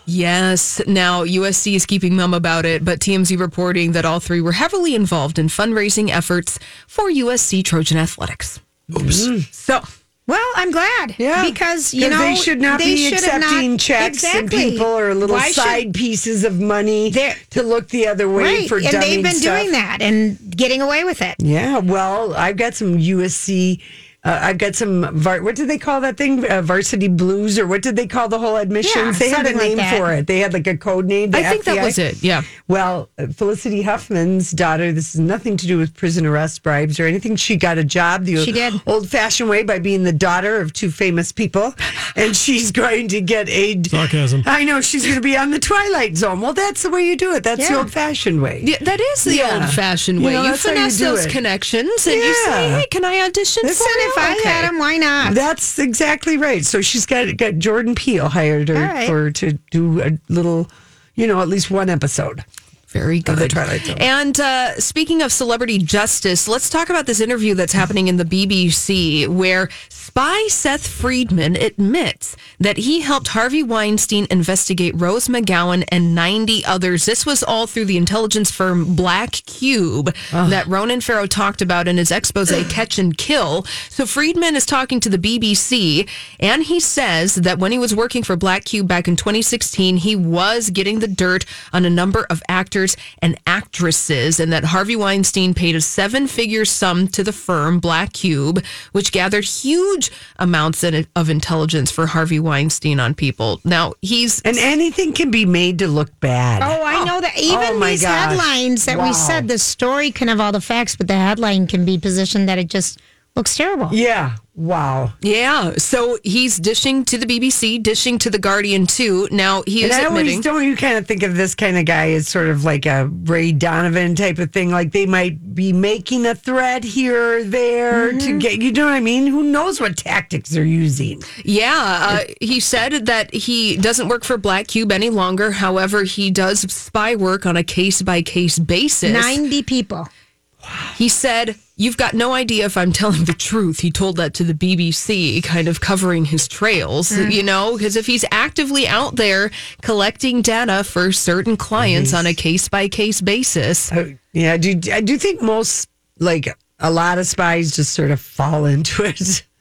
Speaker 7: Yes. Now, USC is keeping mum about it, but TMZ reporting that all three were heavily involved in fundraising efforts for USC Trojan Athletics.
Speaker 16: Oops.
Speaker 7: So,
Speaker 3: Well, I'm glad.
Speaker 4: Yeah.
Speaker 3: Because you
Speaker 4: 'Cause
Speaker 3: know
Speaker 4: they should not
Speaker 3: they
Speaker 4: be
Speaker 3: should have
Speaker 4: accepting
Speaker 3: not-
Speaker 4: checks
Speaker 3: exactly.
Speaker 4: and people or little
Speaker 3: Why should-
Speaker 4: side pieces of money to look the other way
Speaker 3: Right.
Speaker 4: for
Speaker 3: and
Speaker 4: dummy
Speaker 3: they've been
Speaker 4: stuff.
Speaker 3: doing that and getting away with it.
Speaker 4: Yeah, well, I've got some USC. Uh, I've got some. Var- what did they call that thing? Uh, varsity Blues, or what did they call the whole admissions? they had a
Speaker 7: something like
Speaker 4: name
Speaker 7: that.
Speaker 4: for it. They had like a code name. the
Speaker 7: I think that
Speaker 4: FBI.
Speaker 7: was it, yeah.
Speaker 4: Well, Felicity Huffman's daughter. This has nothing to do with prison arrest, bribes, or anything. She got a job the
Speaker 3: She did.
Speaker 4: old-fashioned way by being the daughter of two famous people, and she's going to get a
Speaker 5: Sarcasm.
Speaker 4: I know she's going to be on the Twilight Zone. Well, that's the way you do it. That's the
Speaker 7: Yeah.
Speaker 4: old-fashioned way.
Speaker 7: yeah, that is the
Speaker 4: Yeah.
Speaker 7: old fashioned
Speaker 4: You
Speaker 7: way.
Speaker 4: know,
Speaker 7: You,
Speaker 4: that's how you
Speaker 7: finesse
Speaker 4: do
Speaker 7: those
Speaker 4: it.
Speaker 7: connections and you say,
Speaker 4: Yeah.
Speaker 7: hey, can I audition
Speaker 4: Listen,
Speaker 7: for
Speaker 4: if I had 'em,
Speaker 3: why not?
Speaker 4: That's exactly right. So she's got got Jordan Peele hired her
Speaker 7: All right.
Speaker 4: for to do a little, you know, at least one episode.
Speaker 7: Very good.
Speaker 4: Of the Twilight Zone.
Speaker 7: And uh, speaking of celebrity justice, let's talk about this interview that's happening in the BBC where spy Seth Friedman admits that he helped Harvey Weinstein investigate Rose McGowan and 90 others. This was all through the intelligence firm Black Cube that Ronan Farrow talked about in his expose, Catch and Kill. So Friedman is talking to the BBC and he says that when he was working for Black Cube back in 2016, he was getting the dirt on a number of actors and actresses, and that Harvey Weinstein paid a seven figure sum to the firm Black Cube, which gathered huge amounts in- of intelligence for Harvey Weinstein on people. Now, he's.
Speaker 4: And anything can be made to look bad.
Speaker 3: Oh, I know that
Speaker 4: Oh,
Speaker 3: even
Speaker 4: my
Speaker 3: these
Speaker 4: gosh.
Speaker 3: headlines that
Speaker 4: Wow.
Speaker 3: we said, the story can have all the facts, but the headline can be positioned that it just Looks terrible.
Speaker 4: Yeah. Wow.
Speaker 7: Yeah. So he's dishing to the BBC, dishing to the Guardian too. Now he
Speaker 4: and
Speaker 7: is
Speaker 4: I
Speaker 7: admitting.
Speaker 4: always don't you kind of think of this kind of guy as sort of like a Ray Donovan type of thing. Like they might be making a threat here or there
Speaker 7: Mm-hmm.
Speaker 4: to get you know what I mean? Who knows what tactics they're using?
Speaker 7: Yeah, uh, he said that he doesn't work for Black Cube any longer. However, he does spy work on a case by case basis.
Speaker 3: 90 people.
Speaker 7: He said, You've got no idea if I'm telling the truth. He told that to the BBC, kind of covering his trails,
Speaker 4: Hmm.
Speaker 3: Mm.
Speaker 7: you know, because if he's actively out there collecting data for certain clients on a case by case basis.
Speaker 4: Uh, Yeah, I do I do think most like a lot of spies just sort of fall into it. (laughs)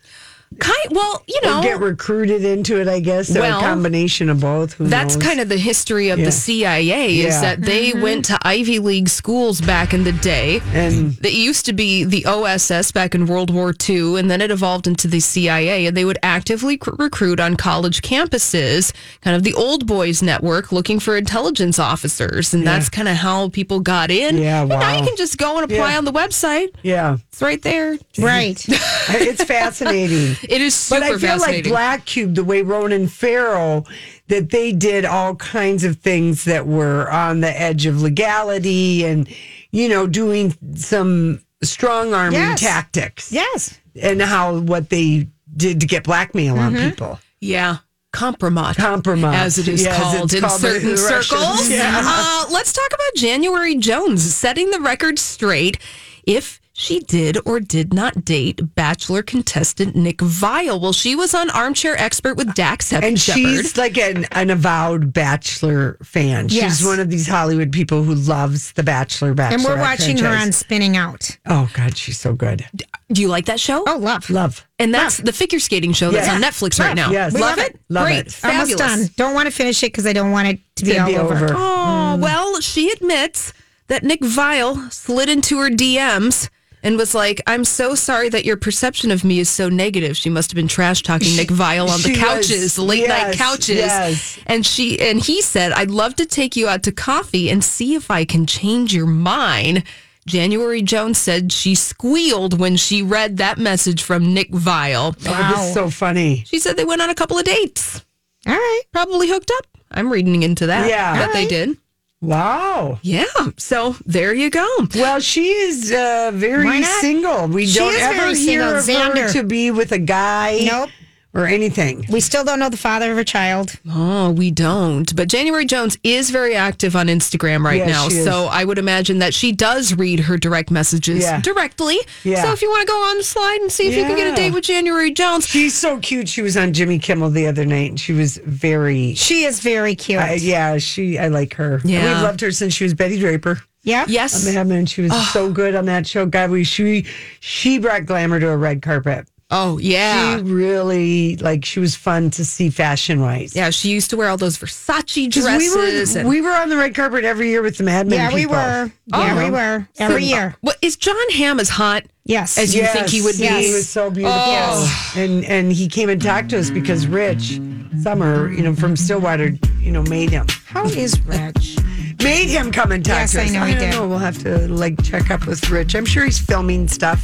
Speaker 7: Kind well, you
Speaker 4: Or
Speaker 7: know,
Speaker 4: get recruited into it, I guess. Or
Speaker 7: Well,
Speaker 4: a combination of both. Who
Speaker 7: That's kind of the history of
Speaker 4: Yeah.
Speaker 7: the CIA is
Speaker 4: Yeah. Mm-hmm.
Speaker 7: that they went to Ivy League schools back in the day.
Speaker 4: And
Speaker 7: it used to be the OSS back in World War II, and then it evolved into the CIA. And they would actively c- recruit on college campuses, kind of the old boys network, looking for intelligence officers. And
Speaker 4: Yeah.
Speaker 7: that's kind of how people got in.
Speaker 4: Yeah,
Speaker 7: And now
Speaker 4: wow.
Speaker 7: you can just go and apply
Speaker 4: Yeah.
Speaker 7: on the website.
Speaker 4: Yeah.
Speaker 7: It's right there.
Speaker 3: Right.
Speaker 4: (laughs) it's fascinating.
Speaker 7: It is super
Speaker 4: But I feel like
Speaker 7: fascinating.
Speaker 4: Black Cube, the way Ronan Farrow, that they did all kinds of things that were on the edge of legality and, you know, doing some strong arming
Speaker 7: Yes.
Speaker 4: tactics.
Speaker 3: Yes.
Speaker 4: And how what they did to get blackmail on
Speaker 3: Mm-hmm.
Speaker 7: Mhm.
Speaker 4: people.
Speaker 7: Yeah. Compromise.
Speaker 4: Compromise.
Speaker 7: As it is
Speaker 4: Yeah, as
Speaker 7: called
Speaker 4: it's
Speaker 7: in
Speaker 4: called by
Speaker 7: certain
Speaker 4: the Russians.
Speaker 7: circles.
Speaker 4: Yeah.
Speaker 7: Uh, let's talk about January Jones setting the record straight if she did or did not date Bachelor contestant Nick Vile. Well, she was on Armchair Expert with Dax Hep-
Speaker 4: And
Speaker 7: Shepard.
Speaker 4: she's like an, an avowed Bachelor fan.
Speaker 7: Yes.
Speaker 4: She's one of these Hollywood people who loves the Bachelor. Bachelor,
Speaker 3: and we're watching her on Spinning Out.
Speaker 4: Oh God, she's so good.
Speaker 7: Do you like that show?
Speaker 3: Oh, love.
Speaker 4: Love.
Speaker 7: And that's the figure skating show that's
Speaker 3: Yeah.
Speaker 7: on Netflix right
Speaker 3: Love.
Speaker 7: now.
Speaker 3: Yes. We
Speaker 7: Love, it? Great.
Speaker 3: Almost
Speaker 7: Fabulous.
Speaker 3: done. Don't want to finish it because I don't want it to be all over.
Speaker 7: Oh,
Speaker 4: Hmm.
Speaker 7: well, she admits that Nick Vile slid into her DMs and was like, I'm so sorry that your perception of me is so negative. She must have been trash talking Nick Vile on the
Speaker 4: she
Speaker 7: couches,
Speaker 4: was.
Speaker 7: the late night
Speaker 4: Yes,
Speaker 7: couches.
Speaker 4: yes.
Speaker 7: And she and he said, I'd love to take you out to coffee and see if I can change your mind. January Jones said she squealed when she read that message from Nick Vile.
Speaker 4: Oh, this is so funny.
Speaker 7: She said they went on a couple of dates.
Speaker 3: All right.
Speaker 7: Probably hooked up. I'm reading into that.
Speaker 4: Yeah.
Speaker 7: That they
Speaker 4: All right.
Speaker 7: did.
Speaker 4: Wow.
Speaker 7: Yeah. So there you go.
Speaker 4: Well, she is uh,
Speaker 7: Why
Speaker 4: very
Speaker 7: not?
Speaker 4: single. We
Speaker 3: She
Speaker 4: don't
Speaker 3: is
Speaker 4: ever
Speaker 3: very
Speaker 4: hear
Speaker 3: single.
Speaker 4: of her
Speaker 3: Xander.
Speaker 4: to be with a guy
Speaker 3: Nope.
Speaker 4: or anything.
Speaker 3: We still don't know the father of her child.
Speaker 7: Oh, we don't. But January Jones is very active on Instagram right
Speaker 3: Yes,
Speaker 7: now.
Speaker 3: she is.
Speaker 7: So I would imagine that she does read her direct messages
Speaker 4: Yeah.
Speaker 7: directly.
Speaker 4: Yeah.
Speaker 7: So if you want to go on the slide and see if you can get a
Speaker 4: Yeah.
Speaker 7: date with January Jones.
Speaker 4: She's so cute. She was on Jimmy Kimmel the other night. and She was very.
Speaker 3: She is very cute.
Speaker 4: I- yeah, she. I like her.
Speaker 7: Yeah.
Speaker 4: we've loved her since she was Betty Draper.
Speaker 3: Yeah.
Speaker 7: Yes.
Speaker 4: I mean, she was so good on that show. God, we she she brought glamour to a red carpet.
Speaker 7: Oh, yeah.
Speaker 4: She really like she was fun to see fashion wise.
Speaker 7: yeah, she used to wear all those Versace
Speaker 4: 'Cause
Speaker 7: dresses.
Speaker 4: We were,
Speaker 7: and-
Speaker 4: we were on the red carpet every year with the Mad Men.
Speaker 3: Yeah, we
Speaker 4: people.
Speaker 3: were. Yeah,
Speaker 7: Oh.
Speaker 3: we were. Every
Speaker 7: So-
Speaker 3: year.
Speaker 7: Well, is John Hamm as hot
Speaker 3: Yes.
Speaker 7: as you think he would be?
Speaker 4: He was so beautiful.
Speaker 3: Oh.
Speaker 7: Yes.
Speaker 4: And and he came and talked to us because Rich Summer, you know, from Stillwater, you know, made him. (laughs)
Speaker 3: How is Rich?
Speaker 4: Made him come and talk
Speaker 3: Yes,
Speaker 4: to
Speaker 3: I
Speaker 4: us.
Speaker 3: know he
Speaker 4: don't
Speaker 3: did.
Speaker 4: know. We'll have to like check up with Rich. I'm sure he's filming stuff.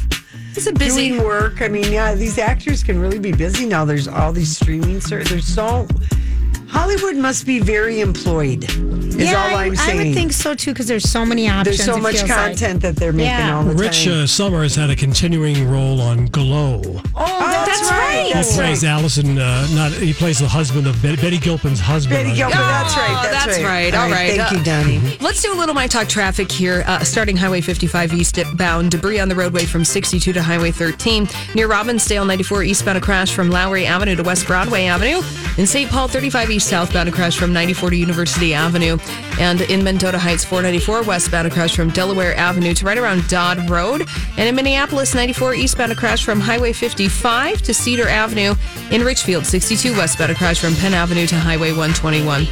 Speaker 7: He's a busy-
Speaker 4: doing work. I mean, yeah, these actors can really be busy now. There's all these streaming ser- there's so Hollywood must be very employed. Is
Speaker 3: yeah,
Speaker 4: all
Speaker 3: I-
Speaker 4: I'm
Speaker 3: I
Speaker 4: saying.
Speaker 3: would think so too because there's so many options.
Speaker 4: there's so
Speaker 3: it
Speaker 4: much
Speaker 3: feels like.
Speaker 4: content that they're making
Speaker 3: Yeah.
Speaker 4: all the
Speaker 5: Rich
Speaker 4: time.
Speaker 5: uh, Summers had a continuing role on Glow.
Speaker 4: oh, that's, right.
Speaker 5: He
Speaker 4: That's right.
Speaker 5: plays Allison. Uh, not he plays the husband of Bet- Betty Gilpin's husband.
Speaker 4: Betty Gilpin. that's right.
Speaker 7: Oh,
Speaker 4: That's,
Speaker 7: that's right. All right.
Speaker 4: Thank
Speaker 7: Uh,
Speaker 4: you, Donnie.
Speaker 7: Let's do a little My Talk traffic here. Uh, starting Highway 55 east bound, debris on the roadway from 62 to Highway 13. Near Robbinsdale, 94 eastbound, a crash from Lowry Avenue to West Broadway Avenue. In St. Paul, 35 east southbound, a crash from 94 to University Avenue. And in Mendota Heights, 494 westbound, a crash from Delaware Avenue to right around Dodd Road. And in Minneapolis, 94 eastbound, a crash from Highway 55 to Cedar Avenue. In Richfield, 62 westbound, a crash from Penn Avenue to Highway 121.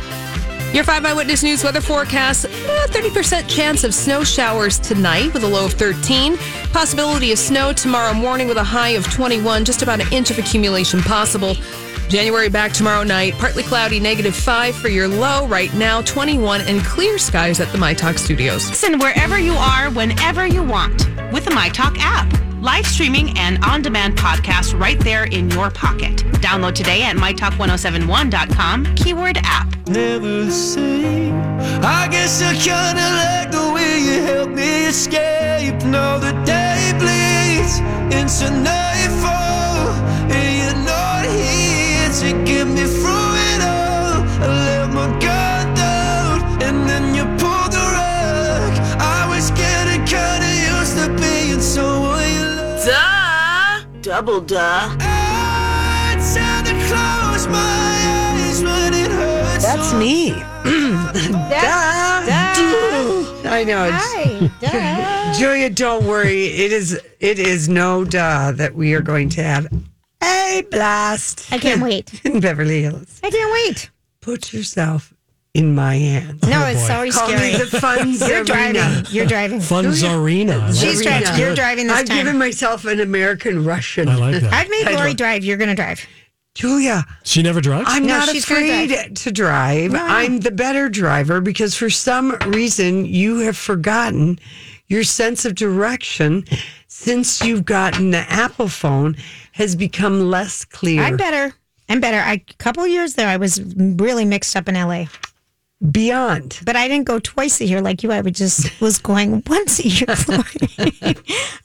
Speaker 7: Your 5 Eyewitness News weather forecast eh, 30% chance of snow showers tonight with a low of 13. Possibility of snow tomorrow morning with a high of 21, just about an inch of accumulation possible. January back tomorrow night, partly cloudy, negative 5 for your low right now, 21, and clear skies at the MyTalk studios.
Speaker 9: Listen wherever you are, whenever you want.
Speaker 1: With the My Talk app. live streaming, and on demand podcasts right there in your pocket. Download today at mytalk1071.com, keyword app.
Speaker 2: Never say. I guess I kinda like the way you help me escape. Now the day bleeds into nightfall, and you're not here to get me through it all. I let my guard down, and then you pulled the rug. I was getting kinda used to being someone you love. Duh, double duh. I tend to close my eyes when it hurts.
Speaker 4: That's
Speaker 2: so
Speaker 4: me. Duh. I know. it's- Julia, don't worry. It is it is no duh that we are going to have a blast.
Speaker 3: I
Speaker 4: (laughs)
Speaker 3: can't wait.
Speaker 4: In Beverly Hills.
Speaker 3: I can't wait.
Speaker 4: Put yourself in my hands.
Speaker 3: No, it's so
Speaker 4: Call
Speaker 3: scary.
Speaker 4: me the funds
Speaker 3: You're driving. You're driving.
Speaker 5: Funzarina. I like
Speaker 3: She's
Speaker 5: that.
Speaker 3: driving. You're driving this
Speaker 4: I've
Speaker 3: time.
Speaker 4: given myself an American Russian. I
Speaker 5: like
Speaker 3: I've made Lori drive. You're going to drive.
Speaker 4: Julia,
Speaker 5: She never drives?
Speaker 4: I'm
Speaker 3: No,
Speaker 4: not
Speaker 3: she's gonna
Speaker 4: afraid
Speaker 3: drive.
Speaker 4: to drive.
Speaker 3: No.
Speaker 4: I'm the better driver because for some reason you have forgotten your sense of direction since you've gotten the Apple phone has become less clear.
Speaker 3: I'm better. I'm better. I a couple years there, I was really mixed up in LA.
Speaker 4: Beyond.
Speaker 3: But I didn't go twice a year like you. I would just was going once a year.
Speaker 4: (laughs)
Speaker 3: I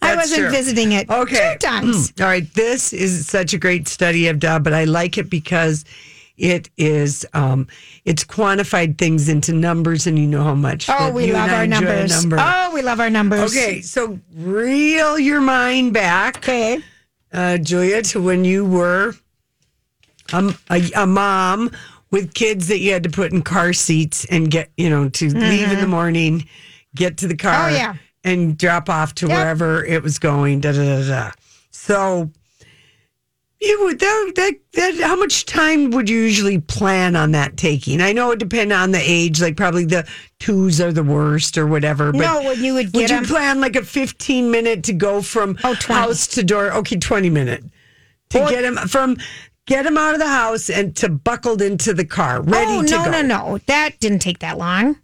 Speaker 4: That's
Speaker 3: wasn't
Speaker 4: true.
Speaker 3: visiting it
Speaker 4: Okay. Hmm.
Speaker 3: two times.
Speaker 4: All right. This is such a great study of duh, but I like it because it is um it's quantified things into numbers and you know how much
Speaker 3: Oh,
Speaker 4: that
Speaker 3: we
Speaker 4: you
Speaker 3: love
Speaker 4: and I
Speaker 3: our
Speaker 4: enjoy a
Speaker 3: numbers.
Speaker 4: number.
Speaker 3: Oh, we love our numbers.
Speaker 4: Okay, so reel your mind back, okay, uh, Julia, to when you were um, a, a mom with kids that you had to put in car seats and get, you know, to leave in the morning, get to the car,
Speaker 3: Mm-hmm. Oh, yeah.
Speaker 4: and drop off to
Speaker 3: Yep.
Speaker 4: wherever it was going. Da da da da. So. You would that, that that how much time would you usually plan on that taking? I know it depend on the age, like probably the twos are the worst or whatever. But
Speaker 3: No, when you would
Speaker 4: would
Speaker 3: get
Speaker 4: you
Speaker 3: 'em-
Speaker 4: plan like a fifteen minute to go from
Speaker 3: Oh,
Speaker 4: house to door? Okay, twenty minute to get him from get him out of the house and to buckled into the car, ready
Speaker 3: oh
Speaker 4: to
Speaker 3: no
Speaker 4: go.
Speaker 3: no no! That didn't take that long.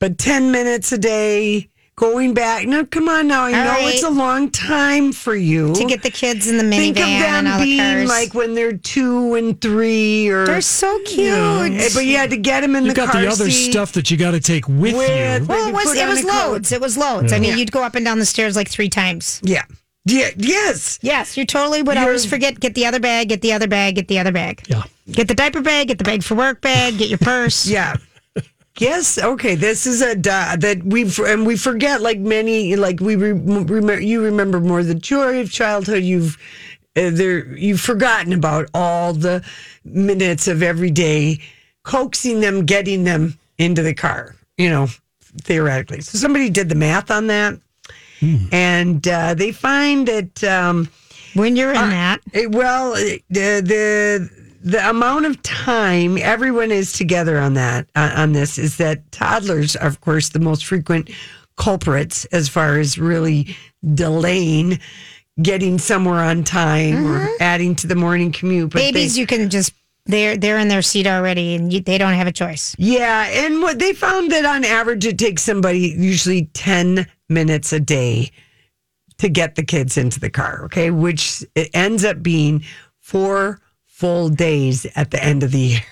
Speaker 4: But ten minutes a day, going back. No, come on now. I
Speaker 3: All
Speaker 4: know it's a
Speaker 3: right.
Speaker 4: long time for you
Speaker 3: to get the kids in the minivan
Speaker 4: Think of them
Speaker 3: and all
Speaker 4: being
Speaker 3: the cars.
Speaker 4: like when they're two and three, or
Speaker 3: They're so
Speaker 4: you know,
Speaker 3: cute.
Speaker 4: Eh, but you had to get them in
Speaker 5: You
Speaker 4: the
Speaker 5: got
Speaker 4: car
Speaker 5: the other
Speaker 4: seat.
Speaker 5: stuff that you got to take with, you.
Speaker 4: With-
Speaker 3: well, it
Speaker 4: maybe
Speaker 3: was
Speaker 4: put
Speaker 3: it
Speaker 4: on
Speaker 3: was
Speaker 4: a coat.
Speaker 3: loads. It was loads. I
Speaker 5: Yeah.
Speaker 3: mean,
Speaker 5: Yeah.
Speaker 3: you'd go up and down the stairs like three times.
Speaker 4: Yeah. Yeah. Yes.
Speaker 3: Yes, you totally would always forget. Get the other bag. Get the other bag. Get the other bag.
Speaker 5: Yeah.
Speaker 3: Get the diaper bag. Get the bag for work bag. Get your
Speaker 4: (laughs)
Speaker 3: purse.
Speaker 4: Yeah. Yes. Okay. This is a duh that we and we forget like many like we re, remember you remember more the joy of childhood. You've uh, there you've forgotten about all the minutes of every day coaxing them, getting them into the car. You know, theoretically. So somebody did the math on that, and uh, they find that. Um,
Speaker 3: When you're in that,
Speaker 4: it- well, it- the the the amount of time everyone is together on that uh, on this is that toddlers are, of course, the most frequent culprits as far as really delaying getting somewhere on time or adding to the morning commute. But they-
Speaker 3: babies, you can just they're they're in their seat already, and you, they don't have a choice.
Speaker 4: Yeah, and what they found that on average it takes somebody usually 10 minutes a day to get the kids into the car, okay? Which it ends up being 4 full days at the end of the year.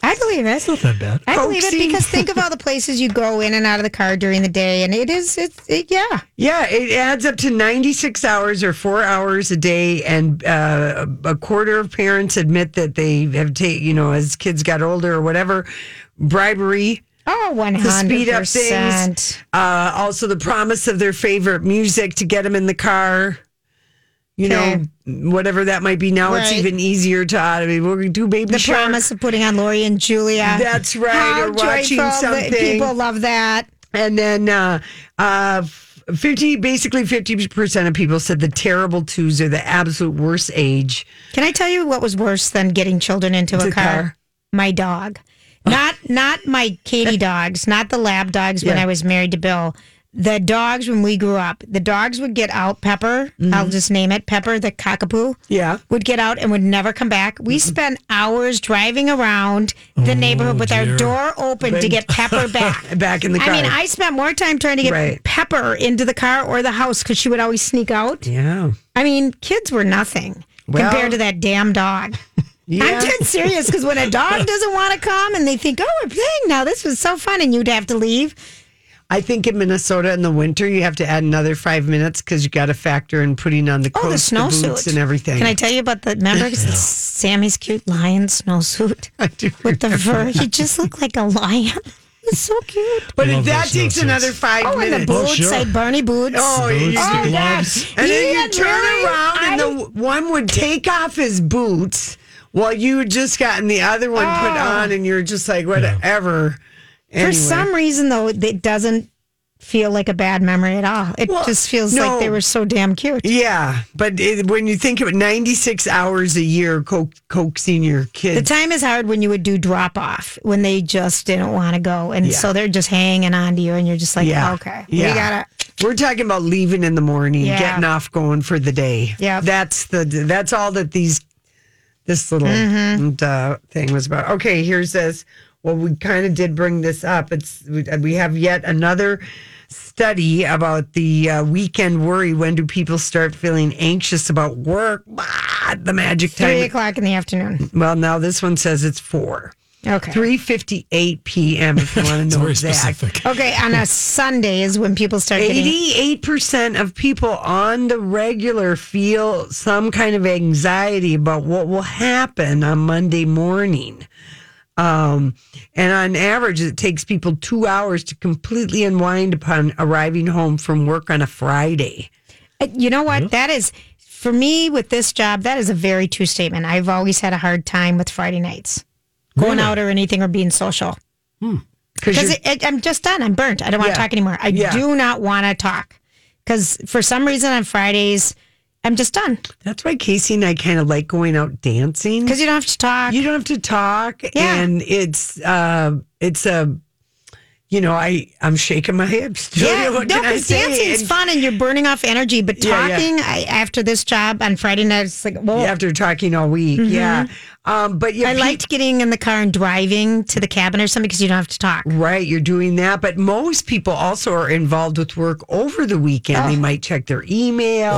Speaker 3: I believe it.
Speaker 5: That bad.
Speaker 3: I believe it
Speaker 4: Coaxing.
Speaker 3: because think of all the places you go in and out of the car during the day, and it is it's it, yeah.
Speaker 4: Yeah, it adds up to 96 hours or 4 hours a day and uh, a quarter of parents admit that they have taken, you know, as kids got older or whatever, bribery
Speaker 3: Oh, one
Speaker 4: to speed
Speaker 3: hundred
Speaker 4: up things.
Speaker 3: percent.
Speaker 4: Uh, also, the promise of their favorite music to get them in the car. You
Speaker 3: Okay.
Speaker 4: know, whatever that might be. Now it's
Speaker 3: Right.
Speaker 4: even easier to I mean, we're do baby
Speaker 3: The
Speaker 4: shark.
Speaker 3: promise of putting on Lori and Julia.
Speaker 4: That's right,
Speaker 3: How
Speaker 4: or
Speaker 3: joyful
Speaker 4: watching
Speaker 3: that-
Speaker 4: something.
Speaker 3: People love that.
Speaker 4: And then uh, uh, fifty, basically fifty percent of people said the terrible twos are the absolute worst age.
Speaker 3: Can I tell you what was worse than getting children into a
Speaker 4: The
Speaker 3: car?
Speaker 4: car.
Speaker 3: My
Speaker 4: (laughs)
Speaker 3: dog. Not not my Katie dogs, not the lab dogs when
Speaker 4: Yeah.
Speaker 3: I was married to Bill. the dogs when we grew up, the dogs would get out. Pepper,
Speaker 4: Mm-hmm.
Speaker 3: I'll just name it Pepper, the cockapoo. Yeah, would get out and would never come back. We spent hours driving around the neighborhood with
Speaker 4: Oh, dear.
Speaker 3: our door open to
Speaker 4: Then-
Speaker 3: get
Speaker 4: (laughs)
Speaker 3: Pepper back.
Speaker 4: Back in the
Speaker 3: I mean,
Speaker 4: car.
Speaker 3: I spent more time trying to get
Speaker 4: Right.
Speaker 3: Pepper into the car or the house because she would always sneak out.
Speaker 4: Yeah.
Speaker 3: I mean, kids were nothing
Speaker 4: Well-
Speaker 3: compared to that damn
Speaker 4: (laughs)
Speaker 3: dog. I'm dead serious because when a dog doesn't want to come and they think, oh, we're playing now, this was so fun, and you'd have to leave.
Speaker 4: I think in Minnesota in the winter you have to add another five minutes because you got to factor in putting on the coats,
Speaker 3: Oh, the
Speaker 4: the
Speaker 3: snowsuit
Speaker 4: boots, and everything.
Speaker 3: Can I
Speaker 4: (laughs)
Speaker 3: tell you about the remember Sammy's cute lion snowsuit I do with the fur?
Speaker 4: remember
Speaker 3: He just looked like a lion. (laughs) It's so cute.
Speaker 4: But I love that those takes snowsuits. another five
Speaker 3: oh, and the
Speaker 4: minutes. Oh,
Speaker 3: boots,
Speaker 4: sure.
Speaker 3: like Barney boots.
Speaker 4: Oh, you
Speaker 3: oh
Speaker 4: do.
Speaker 3: gosh.
Speaker 4: And then
Speaker 3: Yeah,
Speaker 4: you turn
Speaker 3: really?
Speaker 4: around, and
Speaker 3: I-
Speaker 4: the one would take off his boots while you had just gotten the other one put
Speaker 3: Oh.
Speaker 4: on, and you're just like, whatever.
Speaker 3: For some reason, though, it doesn't feel like a bad memory at all. It
Speaker 4: Well,
Speaker 3: just feels
Speaker 4: no.
Speaker 3: like they were so damn cute.
Speaker 4: Yeah, but it, when you think of it, 96 hours a year co- coaxing your
Speaker 3: The
Speaker 4: kids.
Speaker 3: time is hard when you would do drop off when they just didn't want to go, and
Speaker 4: Yeah.
Speaker 3: so they're just hanging on to you, and you're just like, okay, we gotta.
Speaker 4: We're talking about leaving in the morning,
Speaker 3: Yeah.
Speaker 4: getting off, going for the day.
Speaker 3: Yeah.
Speaker 4: that's the that's all that these this little
Speaker 3: Mm-hmm.
Speaker 4: uh, thing was about. Okay, here's this. Well, we kind of did bring this up. It's we- we have yet another study about the uh, weekend worry. When do people start feeling anxious about work? Ah, the magic time.
Speaker 3: Three o'clock in the afternoon.
Speaker 4: Well, now this one says it's four.
Speaker 3: Okay.
Speaker 4: Three fifty eight p.m. If you want
Speaker 5: (laughs) It's
Speaker 4: to know
Speaker 5: very
Speaker 4: exact.
Speaker 5: specific.
Speaker 3: Okay, on a Sunday is when people start getting.
Speaker 4: Eighty-eight percent of people on the regular feel some kind of anxiety about what will happen on Monday morning. Um, and on average, it takes people two hours to completely unwind upon arriving home from work on a Friday.
Speaker 3: Uh, You know what? That is for me with this job. That is a very true statement. I've always had a hard time with Friday nights, going out or anything or being social.
Speaker 4: you're-
Speaker 3: Because I'm just done. I'm burnt. I don't want
Speaker 4: Yeah.
Speaker 3: to talk anymore. I
Speaker 4: Yeah.
Speaker 3: do not want to talk. Because for some reason on Fridays, I'm just done.
Speaker 4: That's why Casey and I kind of like going out dancing.
Speaker 3: Because you don't have to talk.
Speaker 4: You don't have to talk,
Speaker 3: Yeah.
Speaker 4: and it's uh, it's a, you know, I I'm shaking my hips. (laughs) Julia,
Speaker 3: yeah,
Speaker 4: what
Speaker 3: no,
Speaker 4: can I
Speaker 3: because
Speaker 4: say?
Speaker 3: dancing is
Speaker 4: And
Speaker 3: fun and you're burning off energy. But
Speaker 4: Yeah, yeah.
Speaker 3: talking I, after this job on Friday night, it's like, well,
Speaker 4: After talking all week, yeah, um, but yeah,
Speaker 3: Mm-hmm. I
Speaker 4: pe-
Speaker 3: liked getting in the car and driving to the cabin or something because you don't have to talk.
Speaker 4: Right, you're doing that, but most people also are involved with work over the weekend.
Speaker 3: Oh.
Speaker 4: They might check their email,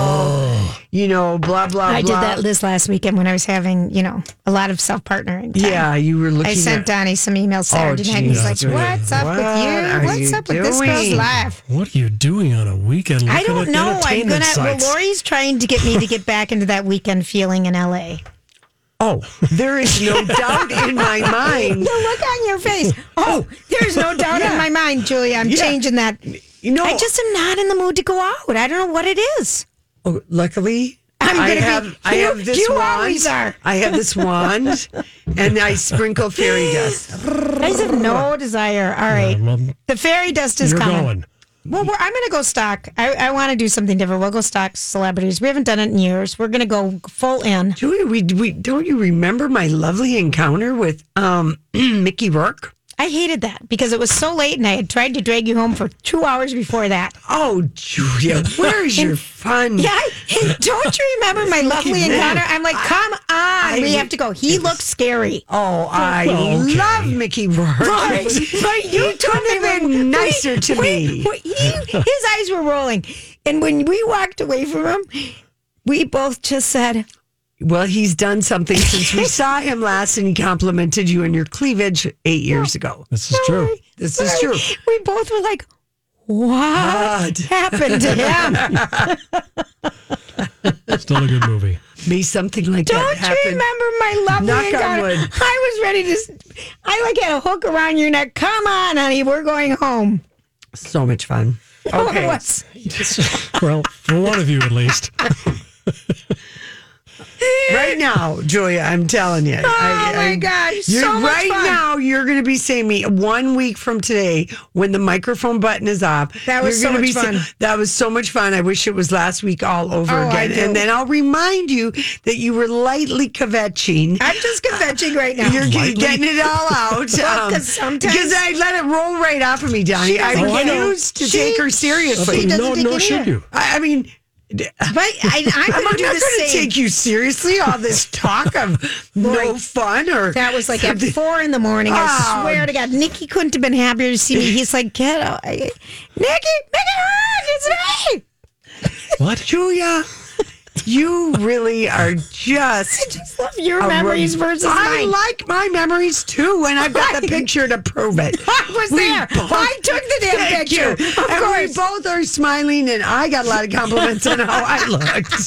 Speaker 4: you know, blah blah.
Speaker 3: I did
Speaker 4: blah.
Speaker 3: that this last weekend when I was having, you know, a lot of self partnering.
Speaker 4: Yeah, you were looking.
Speaker 3: I sent
Speaker 4: at-
Speaker 3: Donnie some emails Saturday night, and he's
Speaker 4: geez,
Speaker 3: like,
Speaker 4: Julia.
Speaker 3: "What's up
Speaker 4: What are
Speaker 3: with you? What's
Speaker 4: you
Speaker 3: up with this girl's
Speaker 4: doing?"
Speaker 3: life?"
Speaker 5: What are you doing on a weekend?
Speaker 3: I
Speaker 5: looking at
Speaker 3: don't know. I'm
Speaker 5: entertainment
Speaker 3: gonna.
Speaker 5: sites?
Speaker 3: Well, Lori's trying to get me to get back into that weekend feeling in (laughs) LA.
Speaker 4: Oh, there
Speaker 3: (laughs)
Speaker 4: is no doubt in my
Speaker 3: The
Speaker 4: mind.
Speaker 3: look on your face. Oh, there's no doubt
Speaker 4: Yeah.
Speaker 3: in my mind, Julia. I'm
Speaker 4: Yeah.
Speaker 3: changing that.
Speaker 4: You know,
Speaker 3: I just am not in the mood to go out. I don't know what it is.
Speaker 4: Oh, luckily,
Speaker 3: I'm
Speaker 4: I
Speaker 3: gonna be-
Speaker 4: have I
Speaker 3: you-
Speaker 4: have this
Speaker 3: you
Speaker 4: wand.
Speaker 3: always are.
Speaker 4: I have this wand, and I sprinkle fairy dust.
Speaker 3: I just have no desire. All right.
Speaker 5: well,
Speaker 3: the fairy dust is
Speaker 5: You're
Speaker 3: coming.
Speaker 5: going.
Speaker 3: Well, we're, I'm going to go stock. I, I want to do something different. We'll go stock celebrities. We haven't done it in years. We're going to go full in.
Speaker 4: Julia, we, we don't you remember my lovely encounter with um, (clears throat) Mickey Rourke?
Speaker 3: I hated that because it was so late and I had tried to drag you home for two hours before that.
Speaker 4: Oh, Julia, where
Speaker 3: (laughs)
Speaker 4: is your fun?
Speaker 3: Yeah, I- and don't you remember my lovely
Speaker 4: Look at that.
Speaker 3: encounter? I'm like, come on, we
Speaker 4: I-
Speaker 3: have to go. He looked scary.
Speaker 4: Oh, I
Speaker 5: Well, okay.
Speaker 4: love Mickey Rourke.
Speaker 3: Right.
Speaker 4: But you couldn't have been nicer to me.
Speaker 3: We- he, his eyes were rolling. And when we walked away from him, we both just said,
Speaker 4: Well, he's done something since we saw him last and he complimented you on your cleavage eight years ago.
Speaker 5: This is true.
Speaker 4: This is true.
Speaker 3: We both were like, what
Speaker 4: God.
Speaker 3: happened to
Speaker 4: (laughs)
Speaker 3: him?
Speaker 5: Still a good
Speaker 3: (laughs)
Speaker 5: movie.
Speaker 4: May something like that
Speaker 3: Don't
Speaker 4: happen.
Speaker 3: you remember my lovely
Speaker 4: Knock on
Speaker 3: encounter?
Speaker 4: wood.
Speaker 3: I was ready to, s- I like had a hook around your neck. Come on, honey, we're going home. (laughs)
Speaker 4: So much fun.
Speaker 3: Oh, it
Speaker 4: Okay.
Speaker 3: was-
Speaker 5: well, for one of you at least.
Speaker 4: Right now, Julia, I'm telling you. Oh
Speaker 3: my God, it's
Speaker 4: You're
Speaker 3: so much
Speaker 4: right
Speaker 3: fun.
Speaker 4: now. You're going to be seeing me one week from today when the microphone button is off.
Speaker 3: That was
Speaker 4: you're
Speaker 3: so
Speaker 4: gonna
Speaker 3: much
Speaker 4: seeing-
Speaker 3: fun.
Speaker 4: that was so much fun. I wish it was last week all over
Speaker 3: Oh, I
Speaker 4: again.
Speaker 3: do.
Speaker 4: And then I'll remind you that you were lightly kvetching.
Speaker 3: I'm just kvetching right now.
Speaker 4: You're
Speaker 3: Lightly?
Speaker 4: getting it all
Speaker 3: (laughs)
Speaker 4: out. um,
Speaker 3: Well, 'cause sometimes-
Speaker 4: because I let it roll right off of me, Donnie.
Speaker 3: She
Speaker 4: I
Speaker 3: doesn't get it.
Speaker 4: refuse to
Speaker 3: She-
Speaker 4: take her seriously.
Speaker 3: she doesn't No, take nor it should either. you.
Speaker 4: I, I mean.
Speaker 3: But I, I'm
Speaker 4: (laughs) I'm
Speaker 3: going to
Speaker 4: not
Speaker 3: do
Speaker 4: going
Speaker 3: the
Speaker 4: to
Speaker 3: same.
Speaker 4: take you seriously. All this
Speaker 3: (laughs)
Speaker 4: talk of no fun or
Speaker 3: That was like at four in the morning. I
Speaker 4: Oh.
Speaker 3: swear to God, Nikki couldn't have been happier to see me. He's like, get out, I- Nikki, make it hard. It's me.
Speaker 4: what, Julia? You really are just.
Speaker 3: I just love your
Speaker 4: a
Speaker 3: memories
Speaker 4: rom-
Speaker 3: versus
Speaker 4: I
Speaker 3: mine.
Speaker 4: like my memories too, and I've got the picture to
Speaker 3: (laughs)
Speaker 4: prove it.
Speaker 3: (laughs) I was there. I took the damn
Speaker 4: Thank
Speaker 3: picture.
Speaker 4: you.
Speaker 3: Of
Speaker 4: and
Speaker 3: course.
Speaker 4: we both are smiling, and I got a lot of compliments on how
Speaker 3: (laughs)
Speaker 4: I looked.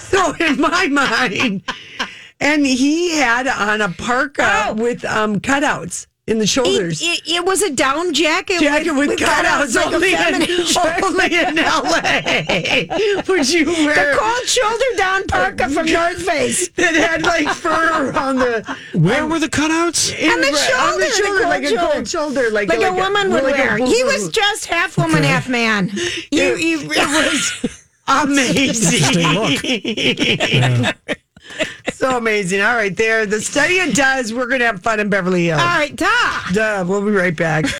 Speaker 4: so in my mind, and he had on a
Speaker 3: Oh.
Speaker 4: parka with um, cutouts in the shoulders.
Speaker 3: It, it was a down jacket.
Speaker 4: Jacket with, cutouts,
Speaker 3: like a
Speaker 4: (laughs) only,
Speaker 3: feminine shirt.
Speaker 4: in, only in LA. Would you wear
Speaker 3: the cold shoulder down parka from
Speaker 4: (laughs)
Speaker 3: North Face?
Speaker 4: that had like fur on
Speaker 3: (laughs)
Speaker 4: the
Speaker 5: Where were the cutouts?
Speaker 3: On the
Speaker 4: in- on
Speaker 3: shoulder,
Speaker 4: the shoulder,
Speaker 3: the
Speaker 4: like a
Speaker 3: cold
Speaker 4: cold shoulder, like,
Speaker 3: like, a woman would
Speaker 4: like a
Speaker 3: wear. He
Speaker 4: woman
Speaker 3: was
Speaker 4: would-
Speaker 3: just half woman, half
Speaker 4: (laughs)
Speaker 3: man. You, you, it was
Speaker 4: amazing. (laughs) so amazing.
Speaker 3: Ah.
Speaker 4: All right, there. The study it does. We're gonna have fun in Beverly Hills.
Speaker 3: all right. Duh.
Speaker 4: Duh, we'll be right back.